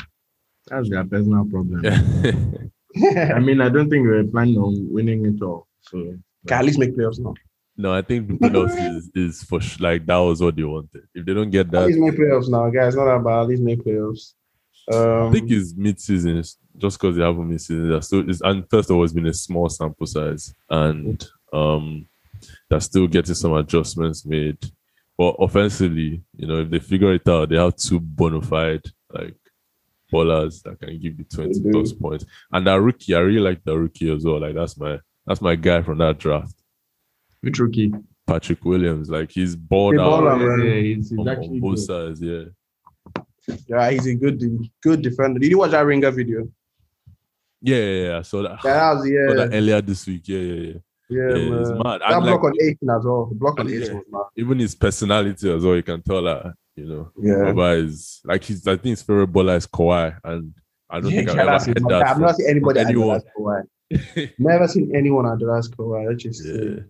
Speaker 5: That's their personal problem.
Speaker 6: Yeah.
Speaker 5: I mean, I don't think we were planning on winning it all. So
Speaker 4: Can at least make playoffs now.
Speaker 6: no, I think the playoffs is, is for sh- like that was what they wanted. If they don't get
Speaker 4: At
Speaker 6: that,
Speaker 4: least make playoffs now, guys. Not that bad. At least make playoffs. Um,
Speaker 6: I think it's mid-season, it's just because they haven't mid-season. That's still, it's, and first of all, it's been a small sample size, and um, they're still getting some adjustments made. But offensively, you know, if they figure it out, they have two bona fide like ballers that can give you twenty
Speaker 4: do.
Speaker 6: plus points. And that rookie, I really like the rookie as well. Like that's my that's my guy from that draft,
Speaker 5: which rookie?
Speaker 6: Patrick Williams. Like he's balled
Speaker 4: Hey,
Speaker 6: out
Speaker 4: baller,
Speaker 6: on-
Speaker 4: man.
Speaker 5: Yeah, he's, he's
Speaker 6: on,
Speaker 5: actually
Speaker 6: both
Speaker 5: good.
Speaker 6: sides. Yeah,
Speaker 4: yeah, he's a good, good defender. Did you watch that Ringer video?
Speaker 6: yeah, yeah. yeah. I saw that.
Speaker 4: That was
Speaker 6: saw
Speaker 4: yeah,
Speaker 6: Oh, that earlier this week. Yeah, yeah, yeah.
Speaker 4: yeah,
Speaker 6: yeah,
Speaker 4: man.
Speaker 6: it's mad.
Speaker 4: That
Speaker 6: And, like,
Speaker 4: block on 18 as well. The block on
Speaker 6: Yeah.
Speaker 4: 18 was mad.
Speaker 6: even his personality as well, you can tell that you know
Speaker 4: Yeah.
Speaker 6: Baba is like he's I think his favorite baller is Kawhi, and I don't think I've ever heard that.
Speaker 4: I've
Speaker 6: from-
Speaker 4: not seen anybody
Speaker 6: anyone.
Speaker 4: anyone. Kawhi. Never seen anyone idolize Kawhi. Let's just
Speaker 6: yeah.
Speaker 4: say.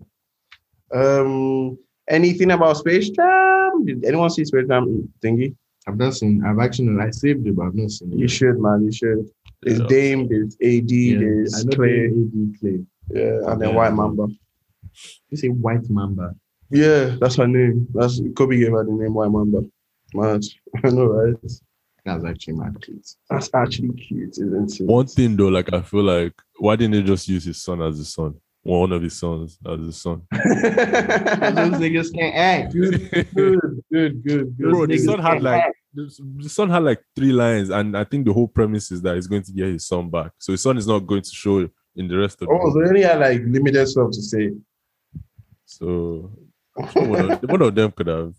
Speaker 4: Um, anything about Space Jam? Did anyone see Space Jam thingy?
Speaker 5: I've not seen. I've actually I saved it, but I've not seen
Speaker 4: You
Speaker 5: it.
Speaker 4: should, man. You should. There's
Speaker 6: Yeah.
Speaker 4: Dame, there's AD,
Speaker 5: I
Speaker 4: there's
Speaker 5: know
Speaker 4: Clay,
Speaker 5: AD Clay.
Speaker 4: yeah, and then
Speaker 6: Yeah.
Speaker 4: White Mamba.
Speaker 5: You say White Mamba.
Speaker 4: Yeah, that's her name. That's Kobe gave her the name White Mamba. Man, I know, right?
Speaker 5: That's actually my cute.
Speaker 4: That's actually cute, isn't it?
Speaker 6: One thing though, like I feel like why didn't they just use his son as his son? One of his sons as his son.
Speaker 5: Those niggas can't act.
Speaker 4: good, good, good, good.
Speaker 6: Bro, the son had like the son had like three lines, and I think the whole premise is that he's going to get his son back. So his son is not going to show in the rest of.
Speaker 4: Oh,
Speaker 6: the
Speaker 4: so they only had like limited stuff to say.
Speaker 6: So one of, one of them could have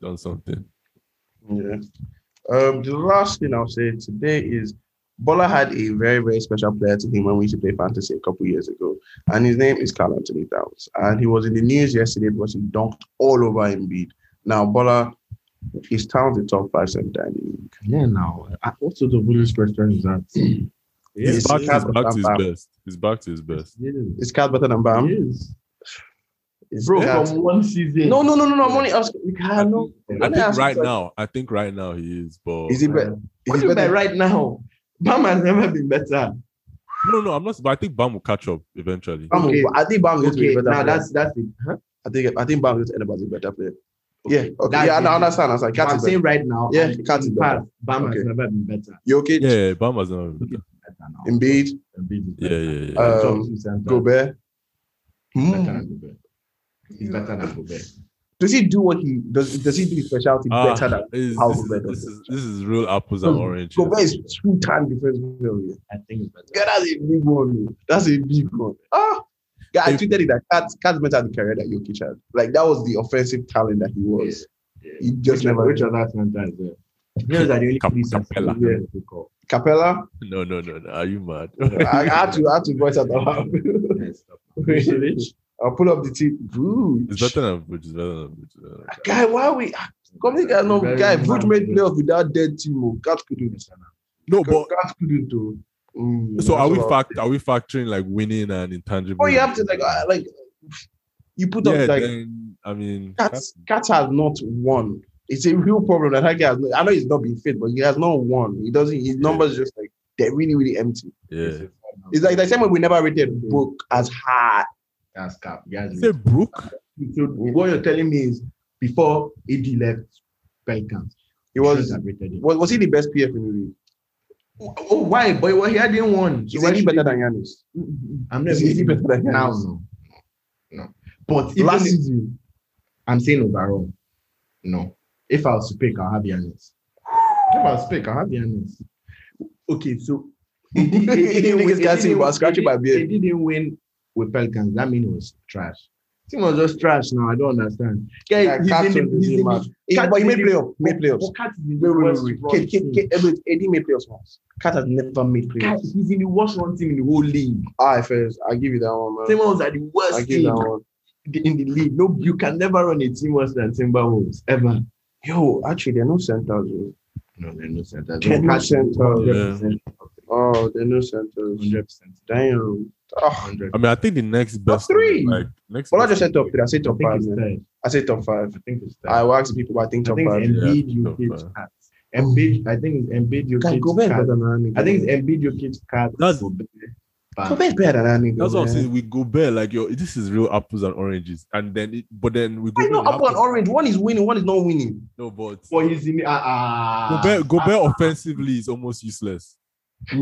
Speaker 6: done something.
Speaker 4: Yeah. Um, the last thing I'll say today is Bola had a very, very special player to him when we used to play fantasy a couple years ago. And his name is Carl Anthony Towns. And he was in the news yesterday because he dunked all over Embiid. Now, Bola is Towns the top five center in the league.
Speaker 5: Yeah, now. What's the bullish question is that?
Speaker 6: He's
Speaker 4: It's
Speaker 6: back, he's
Speaker 4: Carl
Speaker 6: back to
Speaker 4: better than
Speaker 6: his
Speaker 4: Bam.
Speaker 6: best. He's back to his best.
Speaker 4: It's Carl better than Bam. It's
Speaker 5: Bro,
Speaker 4: Carl-
Speaker 5: from one season.
Speaker 4: no, no, no, no, no. I'm only asking.
Speaker 6: I
Speaker 4: Carl, no.
Speaker 6: think, I
Speaker 4: Let me
Speaker 6: think
Speaker 4: ask
Speaker 6: right
Speaker 4: you-
Speaker 6: now, I think right now he is, but
Speaker 4: Is he better?
Speaker 5: What do
Speaker 4: Is he
Speaker 5: you mean
Speaker 4: better?
Speaker 5: right now? Bam has never been better.
Speaker 6: no, no, I'm not. But I think Bam will catch up eventually.
Speaker 4: Bam,
Speaker 5: Okay.
Speaker 4: I think Bam is going to be
Speaker 5: Okay,
Speaker 4: a better
Speaker 5: now
Speaker 4: player.
Speaker 5: that's that's it. Huh?
Speaker 4: I think I think Bam is going to end up as a better player. Yeah, okay.
Speaker 5: that's
Speaker 4: Yeah, I
Speaker 5: it.
Speaker 4: know- I understand. I was like,
Speaker 5: But
Speaker 4: Cat
Speaker 5: I'm
Speaker 4: is better.
Speaker 5: saying right now,
Speaker 4: Yeah,
Speaker 5: and in
Speaker 4: Cat is
Speaker 5: the
Speaker 4: better.
Speaker 5: past, Bam
Speaker 4: Okay.
Speaker 5: has never been better.
Speaker 4: Jokic,
Speaker 6: Yeah, Bam has never. been better.
Speaker 5: Better now.
Speaker 4: Embiid,
Speaker 5: Embiid is
Speaker 6: Yeah,
Speaker 5: better.
Speaker 6: yeah, yeah.
Speaker 4: Uh,
Speaker 5: Top
Speaker 4: Um,
Speaker 5: two center.
Speaker 4: Gobert.
Speaker 5: He's
Speaker 4: Hmm.
Speaker 5: better than Gobert. He's better than Gobert.
Speaker 4: Does he do what he does? Does he do his specialty
Speaker 6: Ah,
Speaker 4: better than
Speaker 6: is-
Speaker 4: how
Speaker 6: this, is,
Speaker 4: Gobert
Speaker 6: this
Speaker 4: does
Speaker 6: is this is real apples and oranges.
Speaker 4: Gobert is two time defensive player.
Speaker 5: I think it's better.
Speaker 4: Yeah, that's a big one. oh. That's a big one. Ah, yeah, I
Speaker 6: If-
Speaker 4: tweeted it that Cat Cat's better than the career that Jokic had. Like that was the offensive talent that he was.
Speaker 5: Yeah.
Speaker 4: He just
Speaker 5: which,
Speaker 4: never.
Speaker 5: Which other center is there? Here's the only
Speaker 6: Cap-
Speaker 5: three centers
Speaker 6: Capella.
Speaker 5: we can pick up.
Speaker 4: Capella,
Speaker 6: No, no, no, no. Are you mad?
Speaker 4: I, I had to I had to voice out loud.
Speaker 5: Yes, stop.
Speaker 4: I'll pull up the team.
Speaker 6: It's
Speaker 4: Vuce.
Speaker 6: better than Bridge. It's better than Bridge. Uh,
Speaker 4: Guy, why are we? Come guy, no
Speaker 5: Very
Speaker 4: guy. Vuce
Speaker 5: bad.
Speaker 4: made playoff without dead team. oh. Cat couldn't.
Speaker 6: No, but
Speaker 4: Cat couldn't do. Mm,
Speaker 6: so are
Speaker 4: that's
Speaker 6: we
Speaker 4: what-
Speaker 6: fact are we factoring like winning and intangible?
Speaker 4: Oh, you have to like uh, like you put up
Speaker 6: yeah,
Speaker 4: like
Speaker 6: then, I mean,
Speaker 4: cats. Cat has not won. It's a real problem that that guy has. Not, I know he's not been fit, but he has not won. He doesn't. His numbers just like they're really really empty.
Speaker 6: yeah.
Speaker 4: It's like the same way we never rated Book as high.
Speaker 5: That's cap. Yes,
Speaker 6: Say Brooke.
Speaker 5: So what you're telling me is before AD left Pelicans,
Speaker 4: He was
Speaker 5: rated
Speaker 4: was, was he the best PF in the league?
Speaker 5: Oh, why? But well, he didn't won.
Speaker 4: Is he better than Giannis?
Speaker 5: I'm not
Speaker 4: Is he better than
Speaker 5: now.
Speaker 4: Giannis?
Speaker 5: No, no. But even
Speaker 4: Last
Speaker 5: if,
Speaker 4: season,
Speaker 5: I'm saying overall, no. If I was to pick, I'll have Giannis. If I was to pick, I'll have Giannis. Okay, so
Speaker 4: niggas can't see, but scratching my
Speaker 5: He
Speaker 4: beard.
Speaker 5: didn't win with Pelicans. That means it was trash. Team was just trash. Now I don't understand. Guy,
Speaker 4: Yeah,
Speaker 5: he's
Speaker 4: Cat
Speaker 5: in the-
Speaker 4: was
Speaker 5: he's
Speaker 4: really
Speaker 5: in the-
Speaker 4: mad. He-
Speaker 5: Cat
Speaker 4: But he
Speaker 5: is
Speaker 4: made
Speaker 5: in-
Speaker 4: playoffs. Made
Speaker 5: But-
Speaker 4: playoffs.
Speaker 5: but Cat is in the
Speaker 4: Wait, wait,
Speaker 5: worst
Speaker 4: wait, wait.
Speaker 5: run
Speaker 4: K- K-
Speaker 5: team.
Speaker 4: K- Edward, Eddie made playoffs once. Cat has never made
Speaker 5: Cat,
Speaker 4: playoffs. Ah,
Speaker 5: he's in the worst run team in the whole league.
Speaker 4: I first, I give you that one, man.
Speaker 5: Timberwolves are the
Speaker 4: I
Speaker 5: worst
Speaker 4: give
Speaker 5: team
Speaker 4: that one.
Speaker 5: the- in the league. No, you can never run a team worse than Timberwolves ever.
Speaker 4: Yo, actually, they're no centers. yo.
Speaker 5: No, they're no centers.
Speaker 4: They're no centers.
Speaker 6: Yeah.
Speaker 4: Oh, they're no centers.
Speaker 5: Hundred percent.
Speaker 4: Damn. Oh.
Speaker 5: Hundred.
Speaker 6: I mean, I think the next best
Speaker 4: three.
Speaker 6: Like next.
Speaker 4: Well, I
Speaker 6: best-
Speaker 4: just said top three. I said
Speaker 5: I
Speaker 4: top
Speaker 5: think
Speaker 4: five.
Speaker 5: it's
Speaker 4: Man.
Speaker 5: third.
Speaker 4: I said top five.
Speaker 5: I think it's third.
Speaker 4: I will ask the people, but I think
Speaker 5: I
Speaker 4: top
Speaker 5: think
Speaker 4: five.
Speaker 5: it's
Speaker 6: Yeah,
Speaker 5: Embiid,
Speaker 6: top
Speaker 5: Jokic, Cat. Embiid, I think it's Embiid,
Speaker 4: Guy,
Speaker 5: Jokic,
Speaker 4: Gobert
Speaker 5: Cat.
Speaker 4: is better than Anani.
Speaker 5: I think it's Embiid, Jokic, Cat.
Speaker 6: That's-
Speaker 5: Gobert, Bam.
Speaker 4: Gobert is better than Anani.
Speaker 6: That's what I'm saying. We go bare like yo. This is real apples and oranges, and then it, but then we go.
Speaker 4: I know
Speaker 6: bare-
Speaker 4: apple and orange. One is winning, one is not winning.
Speaker 6: No, but
Speaker 5: But he's in. Ah, ah.
Speaker 6: Gobert, Gobert offensively is almost useless.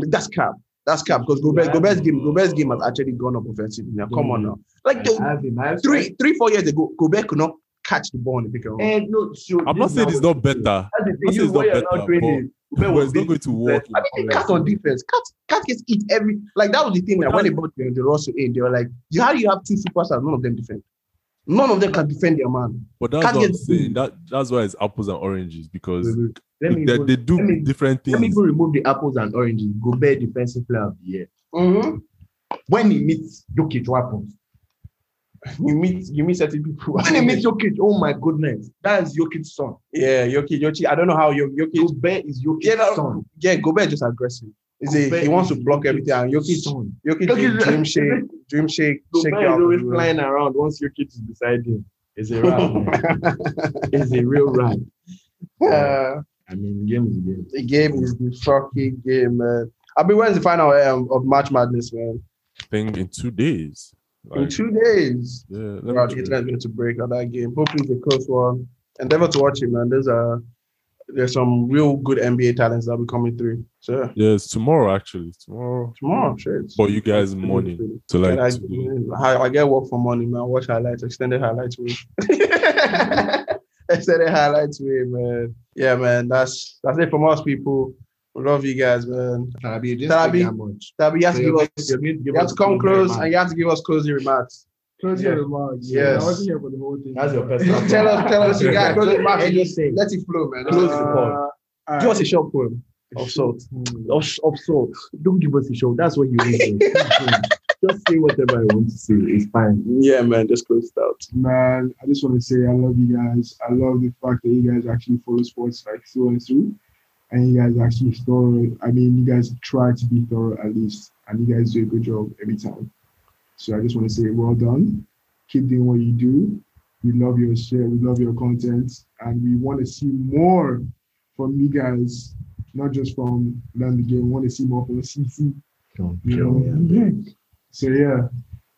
Speaker 4: That's cap. That's cap because Gobert, Gobert's game, Gobert's game has actually gone up offensively. Now, come
Speaker 5: Mm.
Speaker 4: on now. Like the,
Speaker 5: I have him. I have
Speaker 4: three, three, four years ago, Gobert could not catch the ball in the pick and roll.
Speaker 5: Eh, no, so
Speaker 6: I'm not
Speaker 5: this
Speaker 6: saying
Speaker 5: now-
Speaker 6: it's not better,
Speaker 5: That's the thing.
Speaker 6: not saying
Speaker 5: You
Speaker 6: it's not
Speaker 5: what you're
Speaker 6: better,
Speaker 5: not doing
Speaker 6: but-
Speaker 5: is
Speaker 6: but
Speaker 5: Gobert
Speaker 6: it's
Speaker 5: was
Speaker 6: not
Speaker 5: being
Speaker 6: going to work.
Speaker 4: I mean, the cat on defense, cat, cat gets eat every. Like that was the thing that when they brought the, the Russell in, they were like, you how do you have two superstars, none of them defend. None of them can defend their man.
Speaker 6: But that's
Speaker 4: Can't
Speaker 6: what I'm
Speaker 4: get-
Speaker 6: saying. That that's why it's apples and oranges because
Speaker 5: Let me
Speaker 6: they,
Speaker 5: go-
Speaker 6: they do
Speaker 5: let me-
Speaker 6: different
Speaker 5: let me
Speaker 6: things.
Speaker 5: go remove the apples and oranges. Gobert defensive player of the year.
Speaker 4: Mm-hmm.
Speaker 5: When he meets Jokic, what happens?
Speaker 4: You meet, you meet certain people.
Speaker 5: When he meets Jokic, oh my goodness, that is Jokic's son.
Speaker 4: yeah, Yoki, Yoki. I don't know how Yoki. Yoki
Speaker 5: Gobert is Jokic's
Speaker 4: Yeah, that-
Speaker 5: son.
Speaker 4: yeah, Gobert is just aggressive. He's a,
Speaker 5: Gobert
Speaker 4: he wants
Speaker 5: is
Speaker 4: to block everything. And Yoki,
Speaker 5: Jokic's son.
Speaker 4: Yoki, dream,
Speaker 5: Jokic-
Speaker 4: dream shake, dream shake,
Speaker 5: Gobert
Speaker 4: shake you out.
Speaker 5: is always flying around once Jokic is beside him. It's a wrap. it's a real wrap. uh,
Speaker 4: Yeah,
Speaker 5: I mean, game is game.
Speaker 4: the game is the fucking game, man. I mean, when's the final um, of March Madness, man?
Speaker 6: Thing in two days.
Speaker 4: In
Speaker 6: Like,
Speaker 4: two days.
Speaker 6: yeah, let me
Speaker 4: Well,
Speaker 6: check.
Speaker 4: Italy is going to break on that game. Hopefully, it's a close one. Endeavor to watch it, man. There's a there's some real good NBA talents that'll be coming through. So yeah,
Speaker 6: Yes, tomorrow actually. Tomorrow
Speaker 4: tomorrow, shit.
Speaker 6: for you guys morning. So like um,
Speaker 4: And I,
Speaker 6: today.
Speaker 4: I, I get work for money, man. Watch highlights, extended highlights. man. extended highlights way, man. Yeah, man. That's that's it from us, people. We love you guys, man.
Speaker 5: Tabi, this
Speaker 4: Tabi.
Speaker 5: thing that much.
Speaker 4: Tabi, you have to give
Speaker 5: You
Speaker 4: us
Speaker 5: have to give
Speaker 4: you have
Speaker 5: us
Speaker 4: to come
Speaker 5: good
Speaker 4: close
Speaker 5: remarks.
Speaker 4: and you have to give us closing remarks.
Speaker 7: Close
Speaker 5: Yeah.
Speaker 7: your remarks.
Speaker 4: Yes.
Speaker 7: I wasn't here for the whole thing.
Speaker 5: That's your personal.
Speaker 4: Just tell us, tell us you guys. Closing remarks. and just
Speaker 5: Anything.
Speaker 4: Let it flow, man.
Speaker 7: Uh,
Speaker 4: Close the call.
Speaker 7: alright.
Speaker 8: Give us a short poem of salt. Of, of salt. Don't give us a short. That's what you need. Just say whatever I want to say. It's fine.
Speaker 4: Yeah, man. Just close it out.
Speaker 7: man, I just want to say I love you guys. I love the fact that you guys actually follow sports like through and through. And you guys actually thorough. I mean, you guys try to be thorough at least. And you guys do a good job every time. So I just want to say well done. Keep doing what you do. We love your share. We love your content. And we want to see more from you guys, not just from Learn the Game. We want to see more from CC. you know? So yeah,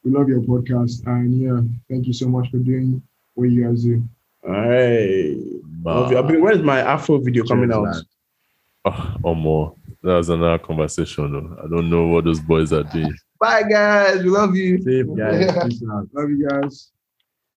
Speaker 7: we love your podcast. And yeah, thank you so much for doing what you guys do.
Speaker 4: All right. Love you. I've been- Where is my Afro video coming out?
Speaker 6: Oh, or more. That was another conversation. Though. I don't know what those boys are doing.
Speaker 4: Bye, guys. We love you.
Speaker 8: Safe, guys.
Speaker 7: Love you guys.